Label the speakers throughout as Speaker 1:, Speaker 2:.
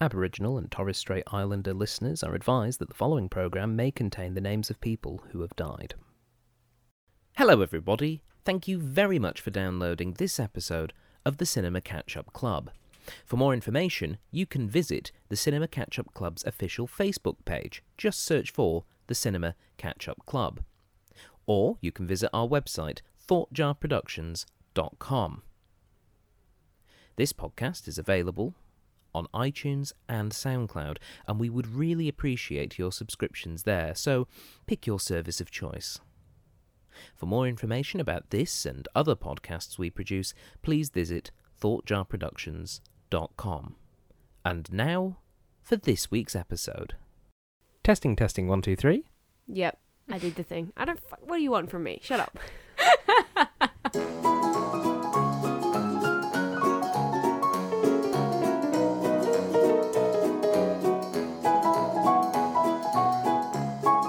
Speaker 1: Aboriginal and Torres Strait Islander listeners are advised that the following programme may contain the names of people who have died. Hello, everybody. Thank you very much for downloading this episode of the Cinema Catch Up Club. For more information, you can visit the Cinema Catch Up Club's official Facebook page. Just search for the Cinema Catch Up Club. Or you can visit our website, thoughtjarproductions.com. This podcast is available on iTunes and SoundCloud, and we would really appreciate your subscriptions there, so pick your service of choice. For more information about this and other podcasts we produce, please visit thoughtjarproductions.com. And now for this week's episode. Testing, testing, one, two, three.
Speaker 2: Yep, I did the thing. I don't. F- what do you want from me? Shut up.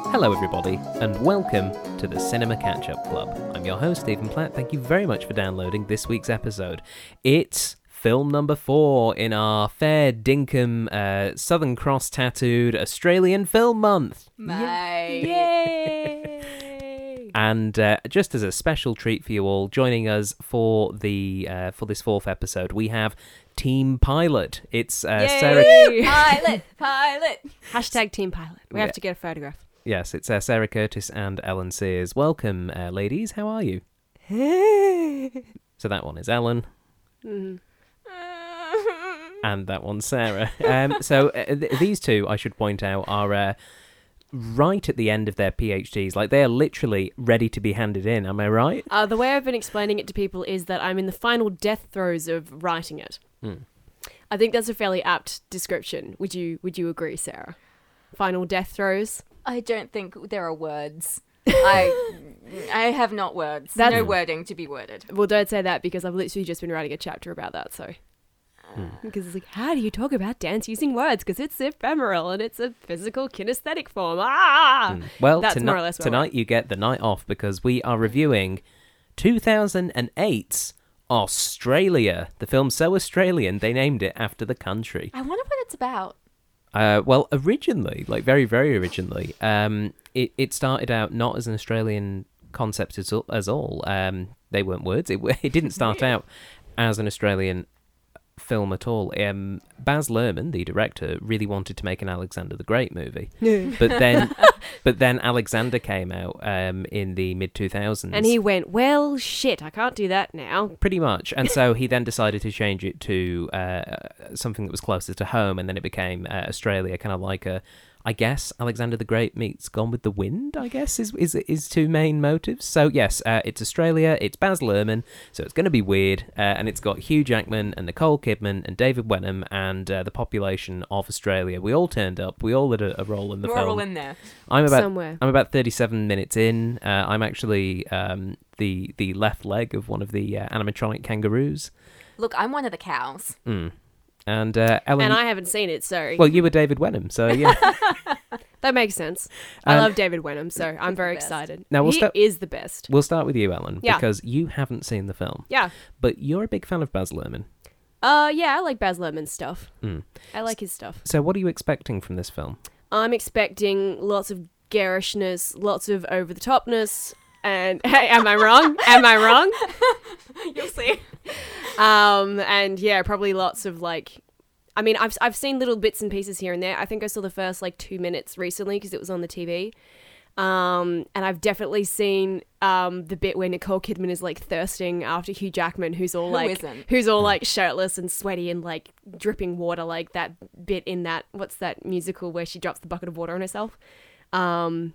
Speaker 1: Hello, everybody, and welcome to the Cinema Catch Up Club. I'm your host, Stephen Platt. Thank you very much for downloading this week's episode. It's film number four in our fair dinkum uh, Southern Cross tattooed Australian Film Month.
Speaker 2: Yay!
Speaker 1: And uh, just as a special treat for you all, joining us for the uh, for this fourth episode, we have Team Pilot. It's uh, Sarah.
Speaker 3: pilot, pilot.
Speaker 2: Hashtag Team Pilot. We
Speaker 1: Yeah.
Speaker 2: have to get a photograph.
Speaker 1: Yes, it's uh, Sarah Curtis and Ellen Sears. Welcome, uh, ladies. How are you? So that one is Ellen.
Speaker 2: Mm.
Speaker 1: and that one's Sarah. Um, so uh, th- these two, I should point out, are uh, right at the end of their PhDs. Like they are literally ready to be handed in. Am I right?
Speaker 2: Uh, the way I've been explaining it to people is that I'm in the final death throes of writing it.
Speaker 1: Hmm.
Speaker 2: I think that's a fairly apt description. Would you Would you agree, Sarah? Final death throes.
Speaker 3: I don't think there are words. I I have not words.
Speaker 2: That's-
Speaker 3: no wording to be worded.
Speaker 2: Well, don't say that because I've literally just been writing a chapter about that. So,
Speaker 1: Hmm.
Speaker 2: because it's like, how do you talk about dance using words? Because it's ephemeral and it's a physical kinesthetic form. Ah.
Speaker 1: Well,
Speaker 2: That's
Speaker 1: toni-
Speaker 2: more or less where we're
Speaker 1: tonight you get the night off because we are reviewing 2008's Australia, the film so Australian they named it after the country.
Speaker 3: I wonder what it's about.
Speaker 1: Uh, well, originally, like very, very originally, um, it, it started out not as an Australian concept as, all- as all. Um, they weren't words. It, w- it didn't start out as an Australian film at all. Um, Baz Luhrmann, the director, really wanted to make an Alexander the Great movie, but then, but then Alexander came out um, in the mid two thousands,
Speaker 2: And he went, well, shit, I can't do that now.
Speaker 1: pretty much. And so he then decided to change it to uh, something that was closer to home, and then it became uh, Australia, kind of like a, I guess Alexander the Great meets Gone with the Wind. I guess is is is two main motives. So yes, uh, it's Australia. It's Baz Luhrmann, so it's going to be weird, uh, and it's got Hugh Jackman and Nicole Kidman and David Wenham and uh, the population of Australia. We all turned up. We all had a, a role in the
Speaker 3: We're
Speaker 1: film.
Speaker 3: all in there.
Speaker 1: I'm about
Speaker 2: Somewhere.
Speaker 1: I'm about 37 minutes in. Uh, I'm actually um, the the left leg of one of the uh, animatronic kangaroos,
Speaker 3: Look, I'm one of the cows.
Speaker 1: and uh, Ellen.
Speaker 2: And I haven't seen it, so
Speaker 1: well, you were David Wenham, so yeah.
Speaker 2: that makes sense. I
Speaker 1: Um,
Speaker 2: love David Wenham, so I'm very
Speaker 3: best.
Speaker 2: excited.
Speaker 1: Now, we'll
Speaker 2: he
Speaker 1: start-
Speaker 2: is the best.
Speaker 1: we'll start with you, Ellen,
Speaker 2: Yeah.
Speaker 1: because you haven't seen the film,
Speaker 2: Yeah.
Speaker 1: but you're a big fan of Baz Luhrmann.
Speaker 2: Uh, yeah, I like Baz Luhrmann's stuff.
Speaker 1: Hmm.
Speaker 2: I like his stuff.
Speaker 1: So, what are you expecting from this film?
Speaker 2: I'm expecting lots of garishness, lots of over the topness, and hey, am I wrong? am I wrong?
Speaker 3: You'll see.
Speaker 2: Um, and yeah, probably lots of like. I mean, I've, I've seen little bits and pieces here and there. I think I saw the first like two minutes recently because it was on the TV. Um, and I've definitely seen um, the bit where Nicole Kidman is like thirsting after Hugh Jackman, who's all like,
Speaker 3: isn't?
Speaker 2: who's all like shirtless and sweaty and like dripping water, like that bit in that what's that musical where she drops the bucket of water on herself? Um,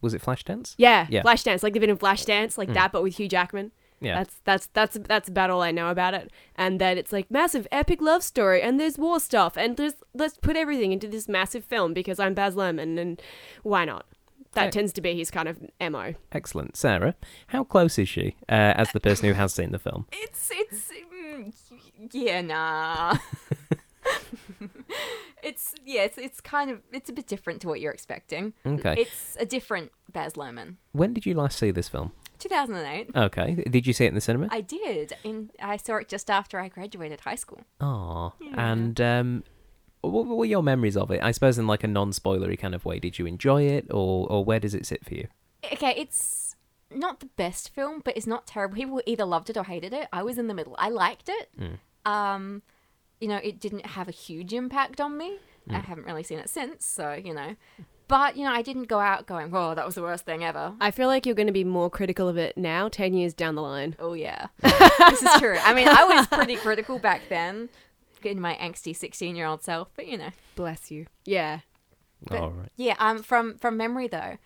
Speaker 1: Was it Flashdance?
Speaker 2: yeah,
Speaker 1: Yeah.
Speaker 2: Flashdance, like the bit in Flashdance, like that, but with Hugh Jackman.
Speaker 1: Yeah.
Speaker 2: That's that's that's that's about all I know about it. And that it's like massive epic love story, and there's war stuff, and there's let's put everything into this massive film because I'm Baz Luhrmann, and why not? That
Speaker 1: Okay.
Speaker 2: tends to be his kind of mo.
Speaker 1: Excellent, Sarah. How close is she uh, as the person who has seen the film?
Speaker 3: It's it's mm, yeah nah. it's yeah it's, it's kind of it's a bit different to what you're expecting.
Speaker 1: Okay.
Speaker 3: It's a different Baz Luhrmann.
Speaker 1: When did you last see this film?
Speaker 3: 2008.
Speaker 1: Okay. Did you see it in the cinema?
Speaker 3: I did. In I saw it just after I graduated high school.
Speaker 1: Ah, and um, what were your memories of it? I suppose in like a non-spoilery kind of way. Did you enjoy it, or or where does it sit for you?
Speaker 3: Okay, it's not the best film, but it's not terrible. People either loved it or hated it. I was in the middle. I liked it. Um, you know, it didn't have a huge impact on me. I haven't really seen it since, so you know. But you know, I didn't go out going, "Whoa, that was the worst thing ever."
Speaker 2: I feel like you're going to be more critical of it now, 10 years down the line.
Speaker 3: Oh yeah, this is true. I mean, I was pretty critical back then, in my angsty sixteen-year-old self. But you know,
Speaker 2: Bless you. Yeah.
Speaker 3: But-
Speaker 1: All right.
Speaker 3: Yeah, um, from from memory though,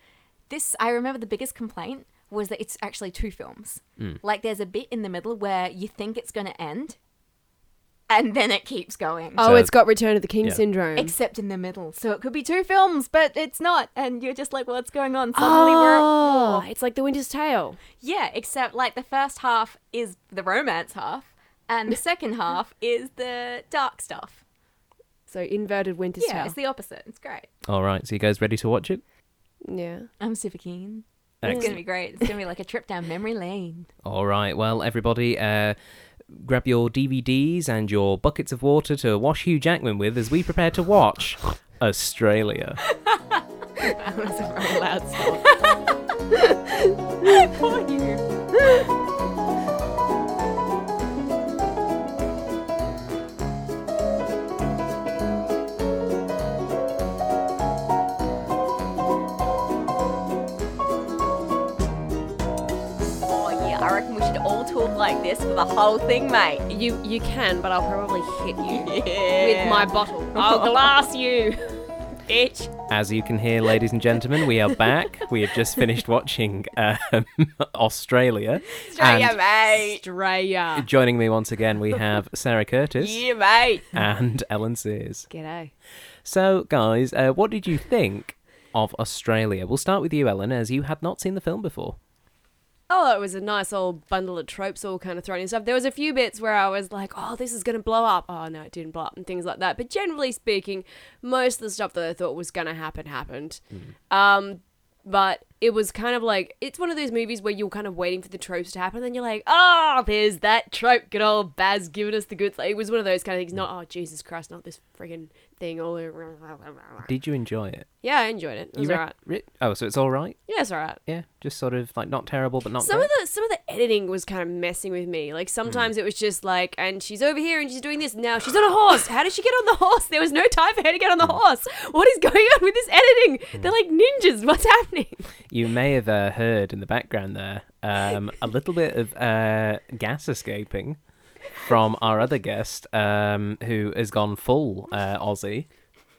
Speaker 3: this I remember the biggest complaint was that it's actually two films. Like there's a bit in the middle where you think it's going to end, and then it keeps going.
Speaker 2: Oh,
Speaker 1: So-
Speaker 2: it's got Return of the King
Speaker 1: Yeah.
Speaker 2: syndrome.
Speaker 3: Except in the middle, so it could be two films, but it's not, and you're just like, "What's going on?" Suddenly,
Speaker 2: Oh!
Speaker 3: we're at war.
Speaker 2: it's like The Winter's Tale.
Speaker 3: Yeah, except like the first half is the romance half, and the second half is the dark stuff.
Speaker 2: So inverted Winter's
Speaker 3: yeah,
Speaker 2: Tale.
Speaker 3: it's the opposite. It's great.
Speaker 1: All right. So you guys ready to watch it?
Speaker 2: yeah.
Speaker 3: I'm super keen. It's
Speaker 1: Excellent.
Speaker 3: gonna be great. It's gonna be like a trip down memory lane.
Speaker 1: All right. Well, everybody, uh, grab your DVDs and your buckets of water to wash Hugh Jackman with as we prepare to watch Australia.
Speaker 2: That was a very loud song.
Speaker 3: Poor you. Oh yeah, I reckon we should all talk like this for the whole thing, mate.
Speaker 2: You you can, but I'll probably hit you
Speaker 3: Yeah.
Speaker 2: with my bottle. I'll glass you, bitch.
Speaker 1: As you can hear, ladies and gentlemen, we are back. We have just finished watching um, Australia.
Speaker 3: Australia,
Speaker 1: And
Speaker 3: mate.
Speaker 2: Australia.
Speaker 1: joining me once again, we have Sarah Curtis
Speaker 3: Yeah, mate.
Speaker 1: and Ellen Sears.
Speaker 2: G'day.
Speaker 1: So, guys, uh, what did you think of Australia? We'll start with you, Ellen, as you had not seen the film before.
Speaker 2: Oh, it was a nice old bundle of tropes all kind of thrown in stuff. There was a few bits where I was like, oh, this is going to blow up. Oh, no, it didn't blow up and things like that. But generally speaking, most of the stuff that I thought was going to happen happened.
Speaker 3: Hmm.
Speaker 2: Um, but it was kind of like, it's one of those movies where you're kind of waiting for the tropes to happen. And then you're like, oh, there's that trope. Good old Baz giving us the goods. Like, it was one of those kind of things. Not, oh, Jesus Christ, not this friggin' thing all over.
Speaker 1: Did you enjoy it?
Speaker 2: Yeah, I enjoyed it. It was
Speaker 1: you
Speaker 2: all
Speaker 1: rec- re-
Speaker 2: right.
Speaker 1: oh, so it's all right?
Speaker 2: Yeah, it's all right.
Speaker 1: Yeah, just sort of like not terrible, but not
Speaker 2: some
Speaker 1: great.
Speaker 2: of the some of the editing was kind of messing with me. Like sometimes it was just like, and she's over here and she's doing this. Now she's on a horse. How did she get on the horse? There was no time for her to get on the
Speaker 1: Hmm.
Speaker 2: horse. What is going on with this editing? They're like ninjas. What's happening?
Speaker 1: You may have uh, heard in the background there um, a little bit of uh, gas escaping from our other guest, um, who has gone full uh, Aussie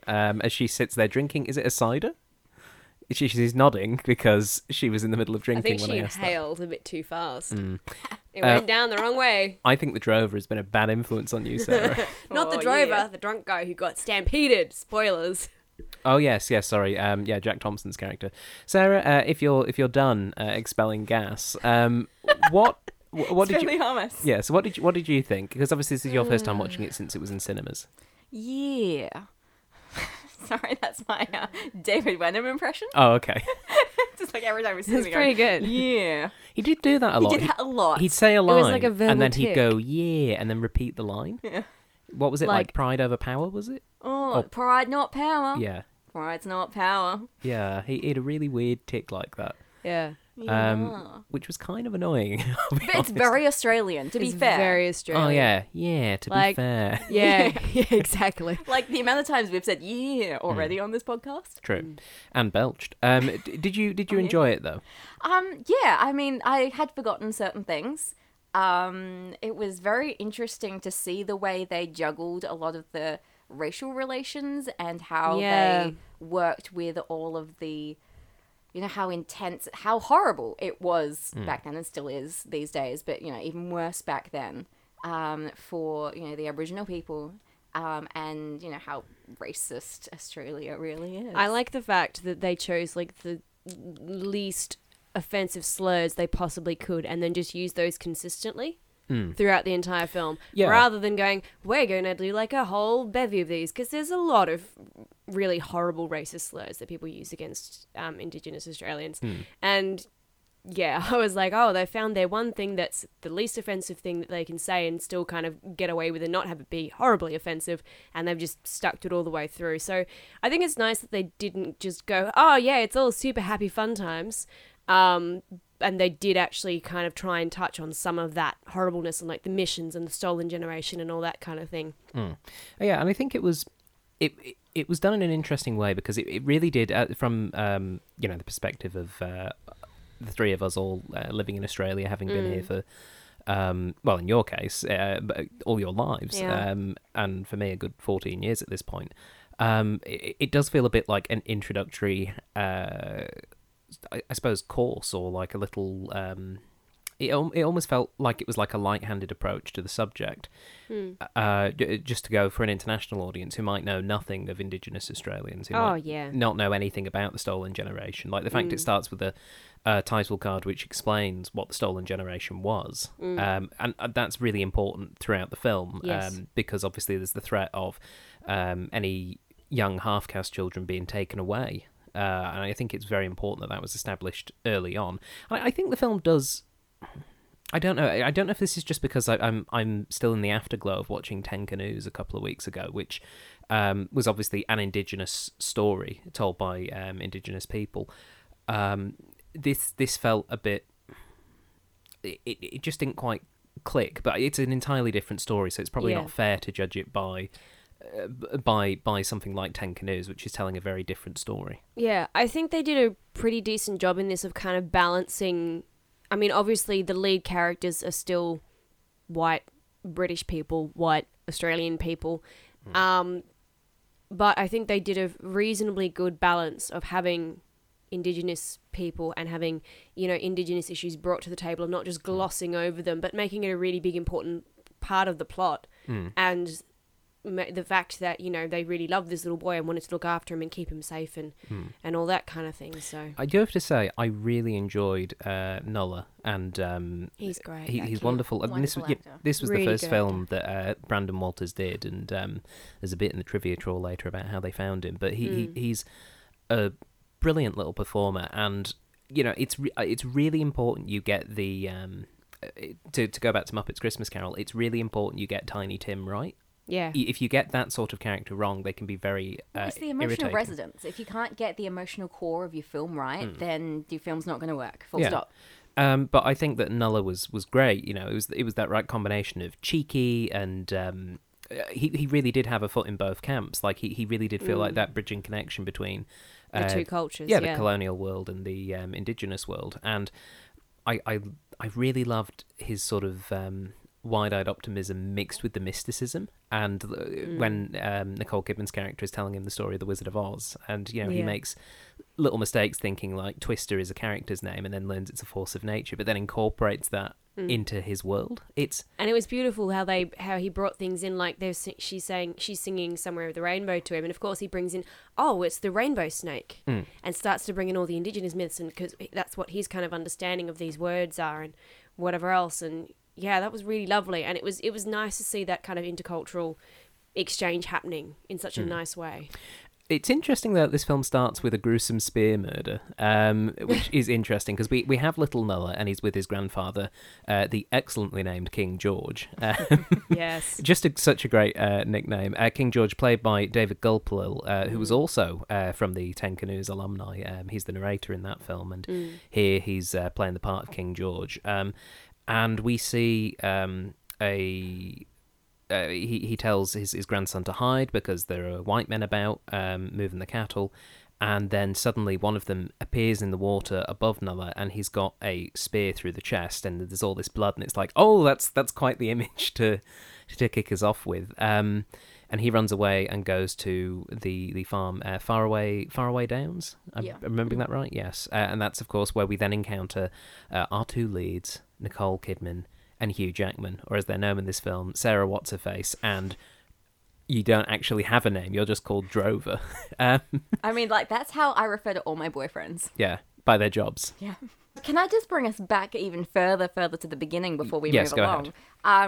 Speaker 1: um, as she sits there drinking. Is it a cider? She, she's nodding because she was in the middle of
Speaker 2: I
Speaker 1: drinking
Speaker 2: think
Speaker 1: when
Speaker 2: she
Speaker 1: I asked. that.
Speaker 2: inhaled a bit too fast. It
Speaker 1: Uh,
Speaker 2: went down the wrong way.
Speaker 1: I think the drover has been a bad influence on you, Sarah.
Speaker 2: Not the
Speaker 3: Oh,
Speaker 2: drover,
Speaker 3: yeah.
Speaker 2: the drunk guy who got stampeded. Spoilers.
Speaker 1: oh yes, yes. Sorry. Um, yeah, Jack Thompson's character, Sarah. Uh, if you're if you're done uh, expelling gas, um, what wh- what did you?
Speaker 3: hummus.
Speaker 1: Yeah, so what did you, what did you think? Because obviously this is your first
Speaker 3: Mm.
Speaker 1: time watching it since it was in cinemas.
Speaker 3: Yeah. Sorry, that's my uh, David Wenham impression.
Speaker 1: Oh, okay.
Speaker 3: Just like every time we see
Speaker 2: It's pretty good.
Speaker 3: Yeah.
Speaker 1: He did do that a
Speaker 3: He
Speaker 1: lot.
Speaker 3: did that a lot.
Speaker 1: would say a line,
Speaker 2: was like a verbal
Speaker 1: and then he'd
Speaker 2: tick.
Speaker 1: go yeah, and then repeat the line.
Speaker 3: Yeah.
Speaker 1: What was it like,
Speaker 2: Like-
Speaker 1: Pride over power? Was it?
Speaker 3: oh,
Speaker 1: Oh.
Speaker 3: pride not power.
Speaker 1: Yeah, Um,
Speaker 3: Pride's not power.
Speaker 1: yeah. He, he had a really weird tick like that,
Speaker 2: Yeah.
Speaker 1: um, which was kind of annoying. I'll be
Speaker 3: Oh. But it's
Speaker 1: honest.
Speaker 3: very Australian, to be
Speaker 2: It's
Speaker 3: fair.
Speaker 2: very
Speaker 1: Oh
Speaker 2: Australian.
Speaker 1: yeah, yeah. To
Speaker 2: Like-
Speaker 1: be fair,
Speaker 2: Yeah. yeah exactly.
Speaker 3: Like the amount of times we've said yeah
Speaker 1: Hmm.
Speaker 3: already on this podcast.
Speaker 2: Hmm.
Speaker 1: true. And belched. Um, d- did you
Speaker 2: Oh,
Speaker 1: did you enjoy it though?
Speaker 3: Um, yeah, I mean, I had forgotten certain things. Um, it was very interesting to see the way they juggled a lot of the racial relations and how
Speaker 2: Yeah.
Speaker 3: they worked with all of the, you know, how intense, how horrible it was back then and still is these days, but, you know, even worse back then um, for, you know, the Aboriginal people um, and, you know, how racist Australia really is.
Speaker 2: I like the fact that they chose like the least offensive slurs they possibly could and then just use those consistently throughout the entire film
Speaker 1: Yeah.
Speaker 2: rather than going we're going to do like a whole bevy of these because there's a lot of really horrible racist slurs that people use against um, indigenous australians and yeah, I was like, oh, they found their one thing that's the least offensive thing that they can say and still kind of get away with and not have it be horribly offensive, and they've just stuck to it all the way through. So I think it's nice that they didn't just go, oh yeah, it's all super happy fun times, um, and they did actually kind of try and touch on some of that horribleness and like the missions and the stolen generation and all that kind of thing.
Speaker 1: Oh, Yeah, and I think it was it it, it was done in an interesting way because it, it really did uh, from um you know the perspective of uh, the three of us all uh, living in Australia, having been
Speaker 2: Hmm.
Speaker 1: here for um well in your case uh, b- all your lives
Speaker 2: Yeah.
Speaker 1: um and for me a good 14 years at this point. Um, it, it does feel a bit like an introductory, uh, I, I suppose, course or like a little. Um, it, al- it almost felt like it was like a light-handed approach to the subject,
Speaker 2: Hmm.
Speaker 1: uh, j- just to go for an international audience who might know nothing of Indigenous Australians, who
Speaker 2: Oh,
Speaker 1: might
Speaker 2: yeah. Hmm.
Speaker 1: not know anything about the Stolen Generation. Like the fact it starts with a, uh title card which explains what the Stolen Generation was,
Speaker 2: Hmm.
Speaker 1: um, and uh, that's really important throughout the film
Speaker 2: Yes.
Speaker 1: um, because obviously there's the threat of um, any young half-caste children being taken away. Uh, and I think it's very important that that was established early on. And I, I think the film does I don't know. I I don't know if this is just because I, I'm I'm still in the afterglow of watching Ten Canoes a couple of weeks ago, which um, was obviously an Indigenous story told by um, Indigenous people. Um, this this felt a bit. It, it it just didn't quite click, but it's an entirely different story, so it's probably
Speaker 2: Yeah.
Speaker 1: not fair to judge it by uh, b- by by something like Ten Canoes, which is telling a very different story.
Speaker 2: Yeah, I think they did a pretty decent job in this of kind of balancing. I mean, obviously, the lead characters are still white British people, white Australian people.
Speaker 1: Hmm.
Speaker 2: Um, but I think they did a reasonably good balance of having Indigenous people and having, you know, Indigenous issues brought to the table and not just
Speaker 1: Hmm.
Speaker 2: glossing over them, but making it a really big, important part of the plot.
Speaker 1: Hmm.
Speaker 2: And ma- the fact that you know they really loved this little boy and wanted to look after him and keep him safe and
Speaker 1: Hmm.
Speaker 2: and all that kind of thing. So
Speaker 1: I do have to say, I really enjoyed uh, Nola and um,
Speaker 2: he's great.
Speaker 1: he,
Speaker 2: that
Speaker 1: he's
Speaker 2: kid.
Speaker 1: wonderful. I mean, this, was
Speaker 3: Wonderful
Speaker 1: yeah,
Speaker 3: actor.
Speaker 1: this was
Speaker 2: Really
Speaker 1: the first
Speaker 2: good
Speaker 1: film that uh, Brandon Walters did, and um, there's a bit in the trivia trawl later about how they found him. But he,
Speaker 3: Hmm.
Speaker 1: he he's a brilliant little performer, and you know it's re- uh, it's really important you get the um, uh, it- to to go back to Muppets Christmas Carol. It's really important you get Tiny Tim right.
Speaker 2: Yeah.
Speaker 1: I- If you get that sort of character wrong, they can be very uh,
Speaker 3: It's the emotional
Speaker 1: irritating.
Speaker 3: resonance. If you can't get the emotional core of your film right, then your film's not going to work. Full
Speaker 1: Hmm. Yeah.
Speaker 3: stop.
Speaker 1: Um, but I think that Nulla was was great. You know, it was it was that right combination of cheeky and um, uh, he he really did have a foot in both camps. Like he, he really did feel like that bridging connection between
Speaker 2: Mm. The
Speaker 1: uh,
Speaker 2: two cultures.
Speaker 1: yeah,
Speaker 2: Yeah.
Speaker 1: the colonial world and the um, indigenous world. And I, I I really loved his sort of um, wide-eyed optimism mixed with the mysticism. And uh,
Speaker 2: Mm.
Speaker 1: when um, Nicole Kidman's character is telling him the story of the Wizard of Oz, and you know he
Speaker 2: Yeah.
Speaker 1: makes little mistakes thinking like Twister is a character's name, and then learns it's a force of nature, but then incorporates that
Speaker 2: Mm.
Speaker 1: into his world. It's
Speaker 2: and it was beautiful how they how he brought things in. Like they're si- she's saying she's singing somewhere with the rainbow to him, and of course he brings in oh it's the rainbow snake,
Speaker 1: Hmm.
Speaker 2: and starts to bring in all the indigenous myths, and because that's what his kind of understanding of these words are and whatever else. And yeah, that was really lovely, and it was it was nice to see that kind of intercultural exchange happening in such
Speaker 1: Hmm.
Speaker 2: a nice way.
Speaker 1: It's interesting that this film starts with a gruesome spear murder, um, which is interesting because we, we have little Nulla and he's with his grandfather, uh, the excellently named King George. Uh,
Speaker 2: Yes.
Speaker 1: just a, such a great uh, nickname. Uh, King George, played by David Gulpilil, uh, who was also uh, from the Ten Canoes alumni. Um, he's the narrator in that film, and here he's uh, playing the part of King George. Um, and we see um, a uh, he, he tells his, his grandson to hide because there are white men about um, moving the cattle. And then suddenly one of them appears in the water above Nulla and he's got a spear through the chest and there's all this blood and it's like, oh, that's that's quite the image to to kick us off with. Um, and he runs away and goes to the the farm uh, far away far away downs. I'm
Speaker 3: Yeah.
Speaker 1: remembering that right? Yes. Uh, and that's of course where we then encounter uh, our two leads, Nicole Kidman and Hugh Jackman, or as they're known in this film, Sarah What's Her Face, and you don't actually have a name. You're just called Drover. um,
Speaker 3: I mean, like that's how I refer to all my boyfriends.
Speaker 1: yeah, by their jobs.
Speaker 3: Yeah. Can I just bring us back even further, further to the beginning before we
Speaker 1: Yes,
Speaker 3: move
Speaker 1: go
Speaker 3: along?
Speaker 1: ahead.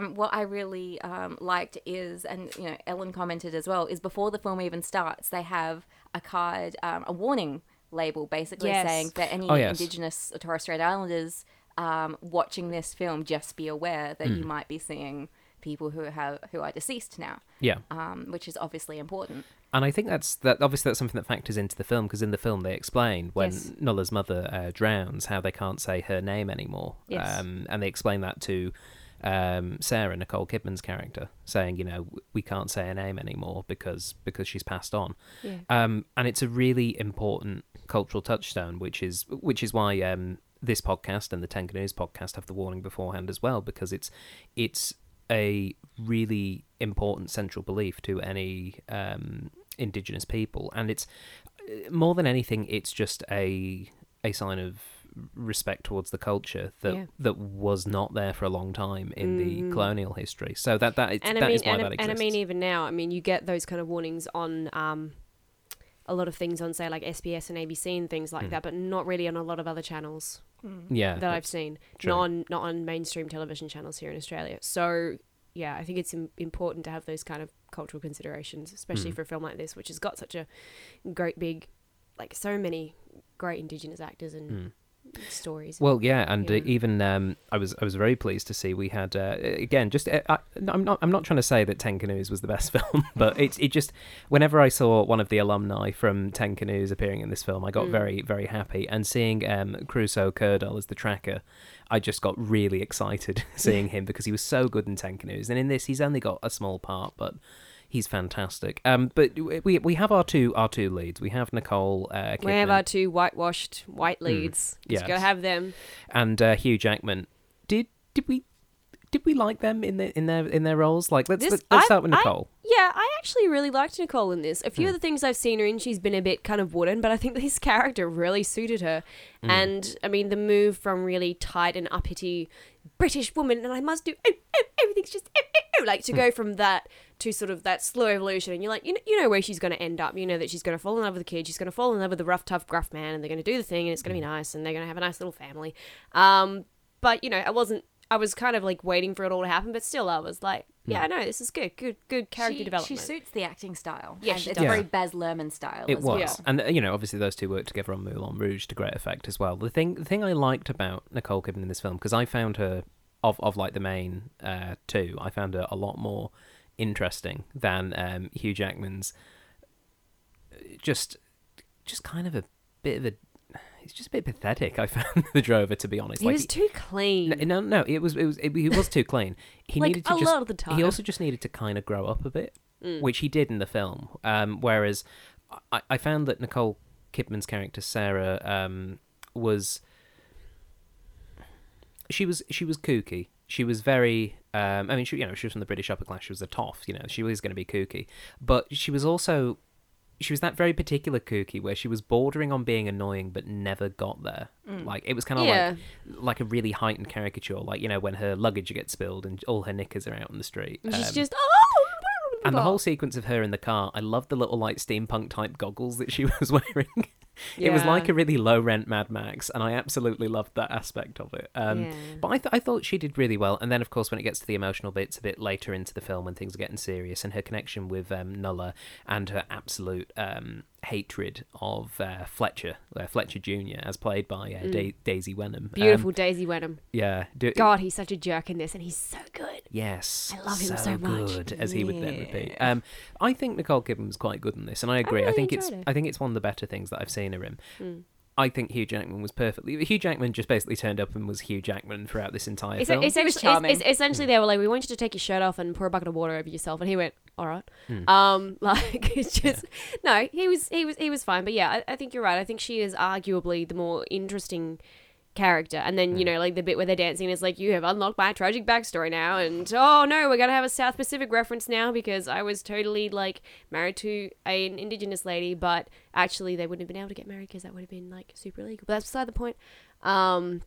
Speaker 3: Um, what I really um, liked is, and you know, Ellen commented as well, is before the film even starts, they have a card, um, a warning label, basically
Speaker 2: Yes.
Speaker 3: saying that any
Speaker 1: Oh, yes.
Speaker 3: Indigenous or Torres Strait Islanders um, watching this film just be aware that
Speaker 1: Hmm.
Speaker 3: you might be seeing people who have who are deceased now,
Speaker 1: Yeah.
Speaker 3: um, which is obviously important.
Speaker 1: And I think that's that. Obviously, that's something that factors into the film because in the film they explain when
Speaker 3: Yes.
Speaker 1: Nola's mother uh, drowns how they can't say her name anymore.
Speaker 3: Yes.
Speaker 1: Um, and they explain that to um, Sarah Nicole Kidman's character, saying, you know, we can't say her name anymore because because she's passed on.
Speaker 2: Yeah.
Speaker 1: Um, and it's a really important cultural touchstone, which is which is why um, this podcast and the Tanker News podcast have the warning beforehand as well, because it's it's a really important central belief to any um, indigenous people, and it's uh, more than anything, it's just a a sign of respect towards the culture that
Speaker 2: Yeah. Mm-hmm.
Speaker 1: that was not there for a long time in the colonial history. So that that is,
Speaker 2: and I
Speaker 1: that
Speaker 2: mean,
Speaker 1: is why
Speaker 2: and, I-
Speaker 1: that exists.
Speaker 2: and I mean, even now, I mean, you get those kind of warnings on um, a lot of things on, say, like SBS and ABC and things
Speaker 1: Hmm.
Speaker 2: like that, but not really on a lot of other channels
Speaker 1: yeah,
Speaker 2: that I've seen.
Speaker 1: true.
Speaker 2: Not on not on mainstream television channels here in Australia. So yeah, I think it's im- important to have those kind of cultural considerations,
Speaker 1: Hmm.
Speaker 2: especially for a film like this, which has got such a great big, like so many great Indigenous actors and stories.
Speaker 1: Hmm. Well, yeah, and
Speaker 2: Yeah.
Speaker 1: Uh, even um, I was I was very pleased to see we had uh, again just uh, I, no, I'm not I'm not trying to say that Ten Canoes was the best film, but it's it just whenever I saw one of the alumni from Ten Canoes appearing in this film, I got very very happy, and seeing um, Crusoe Curdle as the tracker, I just got really excited seeing him because he was so good in Ten Canoes, and in this he's only got a small part, but. He's fantastic. Um, but we we have our two our two leads. We have Nicole. Uh,
Speaker 2: we have
Speaker 1: Kidman.
Speaker 2: our two whitewashed white leads. Just
Speaker 1: Hmm. yes.
Speaker 2: gotta have them.
Speaker 1: and uh, Hugh Jackman. Did did we did we like them in the in their in their roles? Like let's
Speaker 2: This-
Speaker 1: let's, let's
Speaker 2: I-
Speaker 1: start with
Speaker 2: I-
Speaker 1: Nicole.
Speaker 2: Yeah, I actually really liked Nicole in this. A few of the things I've seen her in, she's been a bit kind of wooden, but I think this character really suited her. And I mean, the move from really tight and uppity British woman, and I must do oh, oh, everything's just oh, oh, oh, like to go from that to sort of that slow evolution. And you're like, you know, you know where she's going to end up. You know that she's going to fall in love with the kid. She's going to fall in love with the rough, tough, gruff man, and they're going to do the thing, and it's going to be nice, and they're going to have a nice little family. Um, but you know, I wasn't. I was kind of like waiting for it all to happen, but still, I was like, yeah, I know this is good, good, good character
Speaker 3: she,
Speaker 2: development.
Speaker 3: She suits the acting style.
Speaker 2: Yeah,
Speaker 3: and
Speaker 2: she
Speaker 3: it's
Speaker 2: does.
Speaker 3: very Baz Luhrmann style.
Speaker 1: It
Speaker 3: as
Speaker 1: was,
Speaker 3: Well.
Speaker 1: and uh, you know, obviously those two worked together on Moulin Rouge to great effect as well. The thing the thing I liked about Nicole Kidman in this film because I found her of of like the main uh, two, I found her a lot more interesting than um, Hugh Jackman's. uh, Just just kind of a bit of a. It's just a bit pathetic. I found the Drover to be honest.
Speaker 2: he was too clean.
Speaker 1: N- No, no, it was it was it, he was too clean. He
Speaker 2: Like,
Speaker 1: needed to
Speaker 2: a
Speaker 1: just
Speaker 2: lot of the Mm.
Speaker 1: he
Speaker 2: time.
Speaker 1: also just needed to kind of grow up a bit, which he did in the film. Um, whereas I, I found that Nicole Kidman's character Sarah um, was she was she was kooky. She was very. Um, I mean, she you know she was from the British upper class. She was a toff. You know, she was going to be kooky, but she was also she was that very particular kooky where she was bordering on being annoying, but never got there. Like it was kind of
Speaker 2: Mm. Yeah.
Speaker 1: like like a really heightened caricature. Like you know when her luggage gets spilled and all her knickers are out on the street.
Speaker 2: And she's
Speaker 1: Um,
Speaker 2: just oh.
Speaker 1: and the whole sequence of her in the car, I love the little like steampunk type goggles that she was wearing. It was
Speaker 2: Yeah.
Speaker 1: like a really low rent Mad Max, and I absolutely loved that aspect of it. Um,
Speaker 2: Yeah.
Speaker 1: But I, th- I thought she did really well. And then, of course, when it gets to the emotional bits a bit later into the film, when things are getting serious, and her connection with um, Nulla and her absolute um, hatred of uh, Fletcher, uh, Fletcher Jr., as played by uh, da- Daisy Wenham. Um,
Speaker 2: Mm. beautiful Daisy Wenham.
Speaker 1: yeah. Do-
Speaker 2: God, he's such a jerk in this, and he's so good.
Speaker 1: Yes,
Speaker 2: I love him so much.
Speaker 1: Good, as he would then repeat. Um, I think Nicole Kidman was quite good in this, and I agree. I,
Speaker 2: really
Speaker 1: think it's
Speaker 2: enjoyed
Speaker 1: I think it's one of the better things that I've seen her in.
Speaker 2: Hmm.
Speaker 1: I think Hugh Jackman was perfectly. Hugh Jackman just basically turned up and was Hugh Jackman throughout this entire
Speaker 2: It's,
Speaker 1: film.
Speaker 2: it's,
Speaker 3: He was
Speaker 2: it's,
Speaker 3: charming.
Speaker 2: it's- essentially they were like, we want you to take your shirt off and pour a bucket of water over yourself, and he went, all right.
Speaker 1: Hmm.
Speaker 2: Um, like it's just no, he was he was he was fine, but yeah, I, I think you're right. I think she is arguably the more interesting character, and then you
Speaker 1: Hmm.
Speaker 2: know like the bit where they're dancing is like, you have unlocked my tragic backstory now, and oh no, we're gonna have a South Pacific reference now because I was totally like married to an indigenous lady, but actually they wouldn't have been able to get married because that would have been like super illegal. But that's beside the point. Um,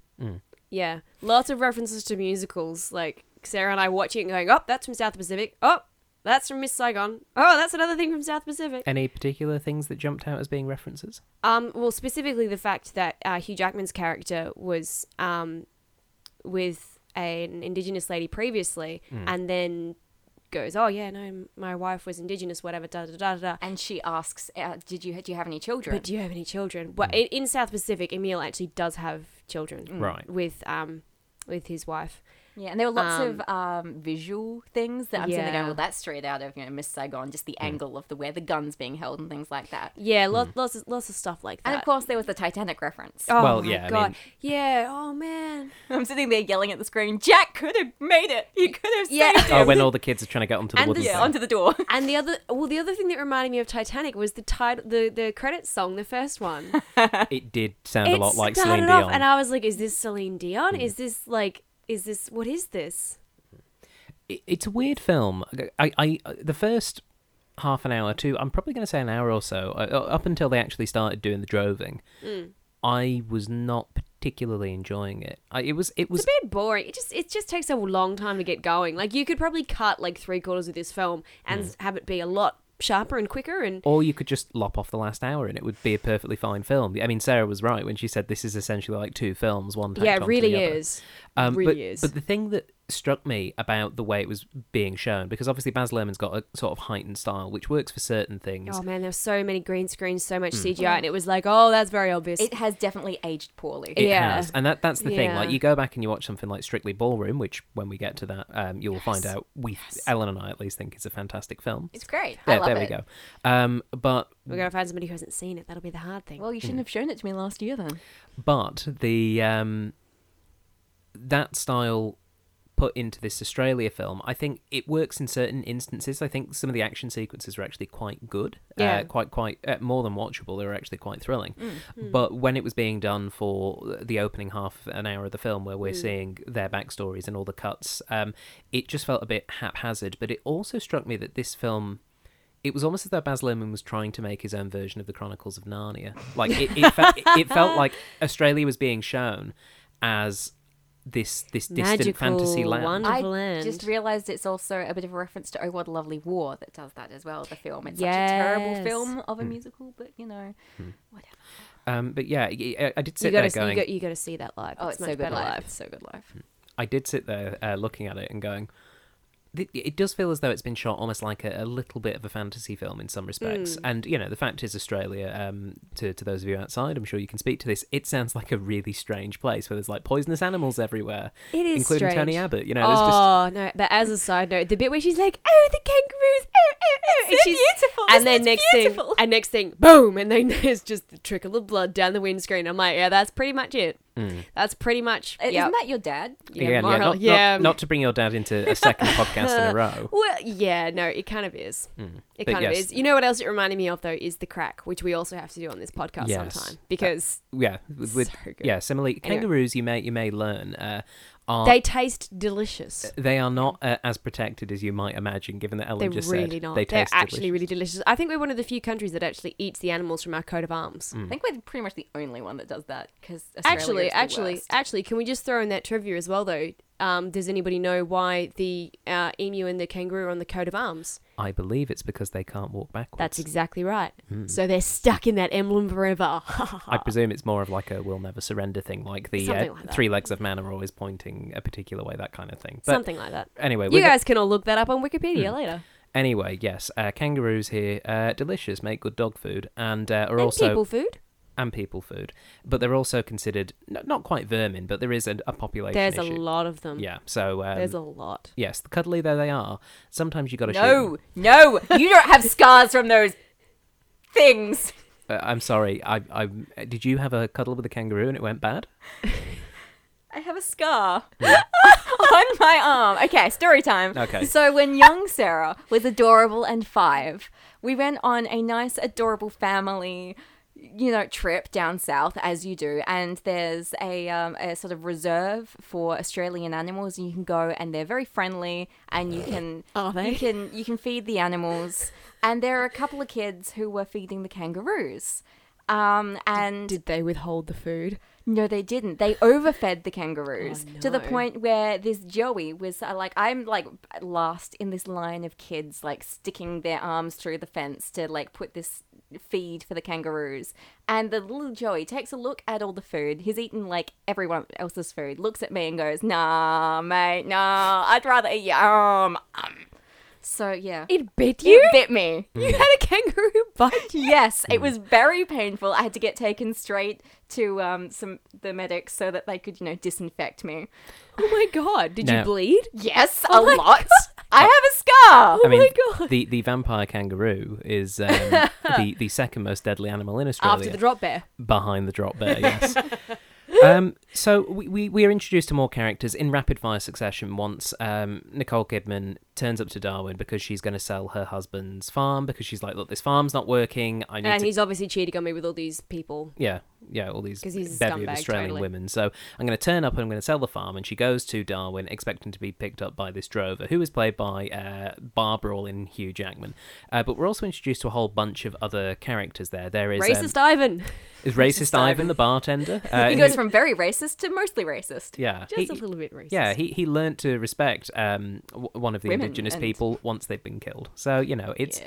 Speaker 2: yeah, lots of references to musicals. Like Sarah and I watching it, and going, "Oh, that's from South Pacific. Oh, that's from Miss Saigon. Oh, that's another thing from South Pacific."
Speaker 1: Any particular things that jumped out as being references?
Speaker 2: Um, well, specifically the fact that uh, Hugh Jackman's character was um, with an Indigenous lady previously, and then goes, "Oh yeah, no, m- my wife was indigenous, whatever, da da da da." da.
Speaker 3: And she asks, uh, "Did you do you have any children?"
Speaker 2: But do you have any children? Well, in, in South Pacific, Emil actually does have children
Speaker 1: Right.
Speaker 2: with um with his wife.
Speaker 3: yeah, and there were lots of um, visual things that I'm sitting there
Speaker 2: Yeah.
Speaker 3: going, "Well, that's straight out of you know Miss Saigon, just the angle of the where the guns being held and things like that."
Speaker 2: Yeah, lots lots of, lots of stuff like that.
Speaker 3: And of course, there was the Titanic reference.
Speaker 2: Oh
Speaker 1: Well,
Speaker 2: my
Speaker 1: yeah, I
Speaker 2: god.
Speaker 1: mean-
Speaker 2: yeah. Oh man.
Speaker 3: I'm sitting there yelling at the screen, "Jack could have made it. You could have
Speaker 2: Yeah.
Speaker 3: saved
Speaker 1: Oh,
Speaker 3: him."
Speaker 1: when all the kids are trying to get onto the
Speaker 2: And
Speaker 1: wooden
Speaker 2: the-
Speaker 1: thing.
Speaker 3: yeah, onto the door.
Speaker 2: And the other, well, the other thing that reminded me of Titanic was the title, the the credit song, the first one.
Speaker 1: It did sound
Speaker 2: it
Speaker 1: a lot like
Speaker 2: started
Speaker 1: Celine
Speaker 2: off,
Speaker 1: Dion. Hmm.
Speaker 2: and I was like, "Is this Celine Dion? Is this like, is this what is this?"
Speaker 1: it- it's a weird film. I, I, I- the first half an hour to, I'm probably going to say an hour or so, uh, up until they actually started doing the droving,
Speaker 2: Mm.
Speaker 1: I was not particularly enjoying it. I, it was, it was,
Speaker 2: It's a bit boring. It just it just takes a long time to get going. Like you could probably cut like three quarters of this film and have it be a lot sharper and quicker. And
Speaker 1: Hmm. or you could just lop off the last hour and it would be a perfectly fine film. I mean, Sarah was right when she said this is essentially like two films, one.
Speaker 2: yeah,
Speaker 1: tacked
Speaker 2: it
Speaker 1: onto
Speaker 2: really
Speaker 1: the other.
Speaker 2: is.
Speaker 1: Um,
Speaker 2: really
Speaker 1: but,
Speaker 2: is.
Speaker 1: but the thing that struck me about the way it was being shown, because obviously Baz Luhrmann's got a sort of heightened style, which works for certain things.
Speaker 2: oh man, there were so many green screens, so
Speaker 1: Hmm.
Speaker 2: much CGI, and it was like, oh, that's very obvious.
Speaker 3: It has definitely aged poorly.
Speaker 1: It
Speaker 2: Yeah.
Speaker 1: has, and that that's the thing. Like
Speaker 2: Yeah.
Speaker 1: you go back and you watch something like Strictly Ballroom, which when we get to that, um, you'll find out. We Ellen and I at least think it's a fantastic film.
Speaker 3: it's great. I
Speaker 1: there,
Speaker 3: love
Speaker 1: there
Speaker 3: it.
Speaker 1: we go. Um, but
Speaker 2: We're gonna find somebody who hasn't seen it. That'll be the hard thing.
Speaker 3: Well, you shouldn't have shown it to me last year then.
Speaker 1: but the um, that style put into this Australia film, I think it works in certain instances. I think some of the action sequences are actually quite good,
Speaker 2: Yeah.
Speaker 1: uh, quite quite uh, more than watchable. They were actually quite thrilling. But when it was being done for the opening half an hour of the film, where we're seeing their backstories and all the cuts, um, it just felt a bit haphazard. But it also struck me that this film. It was almost as though Baz Luhrmann was trying to make his own version of the Chronicles of Narnia. Like it, it, fe- it, it felt like Australia was being shown as this this distant fantasy
Speaker 2: Magical
Speaker 1: land.
Speaker 2: wonder-
Speaker 3: I
Speaker 2: Neverland.
Speaker 3: just realized it's also a bit of a reference to Oh What a Lovely War that does that as well. The film, it's such a terrible
Speaker 2: Yes.
Speaker 3: film of a musical, but you know, whatever.
Speaker 1: Um, but yeah, I, I did
Speaker 2: you
Speaker 1: sit
Speaker 2: gotta
Speaker 1: there
Speaker 2: s- you
Speaker 1: going.
Speaker 2: got you gotta see that live.
Speaker 3: Oh, it's,
Speaker 2: much
Speaker 3: so good
Speaker 2: better
Speaker 3: life.
Speaker 2: live.
Speaker 3: It's so good life.
Speaker 1: I did sit there uh, looking at it and going. "Th- It does feel as though it's been shot almost like a, a little bit of a fantasy film in some respects,
Speaker 2: Hmm.
Speaker 1: and you know the fact is Australia. Um, to to those of you outside, I'm sure you can speak to this. It sounds like a really strange place where there's like poisonous animals everywhere,
Speaker 2: It is
Speaker 1: including Tony
Speaker 2: strange.
Speaker 1: Abbott. You know, there's just
Speaker 2: Oh no! But as a side note, the bit where she's like, "Oh, the kangaroos! Oh, oh, oh!" and
Speaker 3: so
Speaker 2: she's,
Speaker 3: beautiful,
Speaker 2: And
Speaker 3: isn't
Speaker 2: then
Speaker 3: it
Speaker 2: next
Speaker 3: beautiful?
Speaker 2: thing, and next thing, boom! And then there's just the trickle of blood down the windscreen. I'm like, yeah, that's pretty much it.
Speaker 1: Hmm.
Speaker 2: That's pretty much.
Speaker 3: Uh,
Speaker 2: yep.
Speaker 3: Isn't that your dad?
Speaker 2: yeah,
Speaker 1: again, yeah,
Speaker 2: moral-
Speaker 1: not,
Speaker 2: yeah.
Speaker 1: Not, not to bring your dad into a second podcast in a row.
Speaker 2: Well, yeah, no, it kind of is. It
Speaker 1: Hmm. But
Speaker 2: kind
Speaker 1: yes.
Speaker 2: of is. You know what else it reminded me of though is the crack, which we also have to do on this podcast
Speaker 1: Yes.
Speaker 2: sometime because
Speaker 1: Yeah, with, with-
Speaker 2: So good.
Speaker 1: yeah. Similarly,
Speaker 2: Anyway.
Speaker 1: kangaroos you may you may learn uh, are
Speaker 2: they taste delicious.
Speaker 1: They are not uh, as protected as you might imagine, given that Ellen
Speaker 2: They're
Speaker 1: just
Speaker 2: really
Speaker 1: said
Speaker 2: not.
Speaker 1: they
Speaker 2: They're
Speaker 1: taste
Speaker 2: actually
Speaker 1: delicious.
Speaker 2: really delicious. I think we're one of the few countries that actually eats the animals from our coat of arms.
Speaker 1: Mm,
Speaker 3: I think we're pretty much the only one that does that because
Speaker 2: Actually, actually, actually, can we just throw in that trivia as well, though? Um, does anybody know why the uh, emu and the kangaroo are on the coat of arms?
Speaker 1: I believe it's because they can't walk backwards. Hmm.
Speaker 2: That's exactly right. So they're stuck in that emblem forever.
Speaker 1: Mm. I presume it's more of like a "we'll never surrender" thing, like the uh,
Speaker 2: Something like that.
Speaker 1: three legs of man are always pointing a particular way, that kind of thing. But
Speaker 2: Something like that.
Speaker 1: anyway,
Speaker 2: You
Speaker 1: we're go-
Speaker 2: guys can all look that up on Wikipedia
Speaker 1: Mm.
Speaker 2: later.
Speaker 1: anyway, yes, uh, kangaroos here, uh, delicious, make good dog food, and uh, are
Speaker 2: And
Speaker 1: also
Speaker 2: people food.
Speaker 1: and people food, but they're also considered n- not quite vermin, but there is a, a population
Speaker 2: There's a
Speaker 1: issue.
Speaker 2: lot of them.
Speaker 1: Yeah, so um,
Speaker 2: There's a lot.
Speaker 1: yes, the cuddly though they are. Sometimes you got to shoot.
Speaker 3: No, no, you don't have scars from those things.
Speaker 1: Uh, I'm sorry. I, I did you have a cuddle with a kangaroo and it went bad?
Speaker 3: I have a scar on my arm. Okay, story time.
Speaker 1: Okay.
Speaker 3: So when young Sarah was adorable and five, we went on a nice, adorable family, you know, trip down south as you do. And there's a um, a sort of reserve for Australian animals. You can go, and they're very friendly, and you can
Speaker 2: Are they?
Speaker 3: you can you can feed the animals. And there are a couple of kids who were feeding the kangaroos. Um, and
Speaker 2: Did they withhold the food?
Speaker 3: no, they didn't. They overfed the kangaroos
Speaker 2: Oh,
Speaker 3: to the
Speaker 2: no.
Speaker 3: point where this Joey was uh, like, I'm like last in this line of kids, like sticking their arms through the fence to like put this feed for the kangaroos. And the little Joey takes a look at all the food. He's eaten like everyone else's food, looks at me and goes, Nah, mate, nah, I'd rather eat your arm. Um. So yeah,
Speaker 2: It bit you?
Speaker 3: it bit me.
Speaker 2: You had a kangaroo bite you?
Speaker 3: Yes,
Speaker 1: Hmm.
Speaker 3: it was very painful. I had to get taken straight to um, some the medics so that they could, you know, disinfect me.
Speaker 2: Oh my god. Did
Speaker 1: Now-
Speaker 2: you bleed?
Speaker 3: Yes,
Speaker 2: Oh my
Speaker 3: a lot.
Speaker 1: Uh,
Speaker 3: I have a scar.
Speaker 1: I mean,
Speaker 2: Oh God.
Speaker 1: the the vampire kangaroo is um, the the second most deadly animal in Australia
Speaker 2: After the drop bear.
Speaker 1: behind the drop bear. Yes. um, so we, we we are introduced to more characters in rapid fire succession. Once um, Nicole Kidman turns up to Darwin because she's going to sell her husband's farm because she's like, look, this farm's not working. I need
Speaker 2: And
Speaker 1: to
Speaker 2: he's obviously cheating on me with all these people.
Speaker 1: yeah, yeah, all these
Speaker 2: 'Cause he's a
Speaker 1: bevy of
Speaker 2: scumbag,
Speaker 1: Australian
Speaker 2: totally.
Speaker 1: women. So I'm going to turn up and I'm going to sell the farm. And she goes to Darwin, expecting to be picked up by this drover, who is played by uh, Barbara Hall in Hugh Jackman. Uh, but we're also introduced to a whole bunch of other characters there. There is um,
Speaker 2: Racist Ivan.
Speaker 1: is racist Ivan, the bartender. Uh,
Speaker 3: He
Speaker 1: who-
Speaker 3: goes from very racist to mostly racist.
Speaker 1: yeah,
Speaker 2: Just a
Speaker 1: he-
Speaker 2: little bit racist.
Speaker 1: Yeah, he, he learnt to respect um, w- one of the
Speaker 3: Women
Speaker 1: indigenous
Speaker 3: and-
Speaker 1: people once they've been killed. So you know it's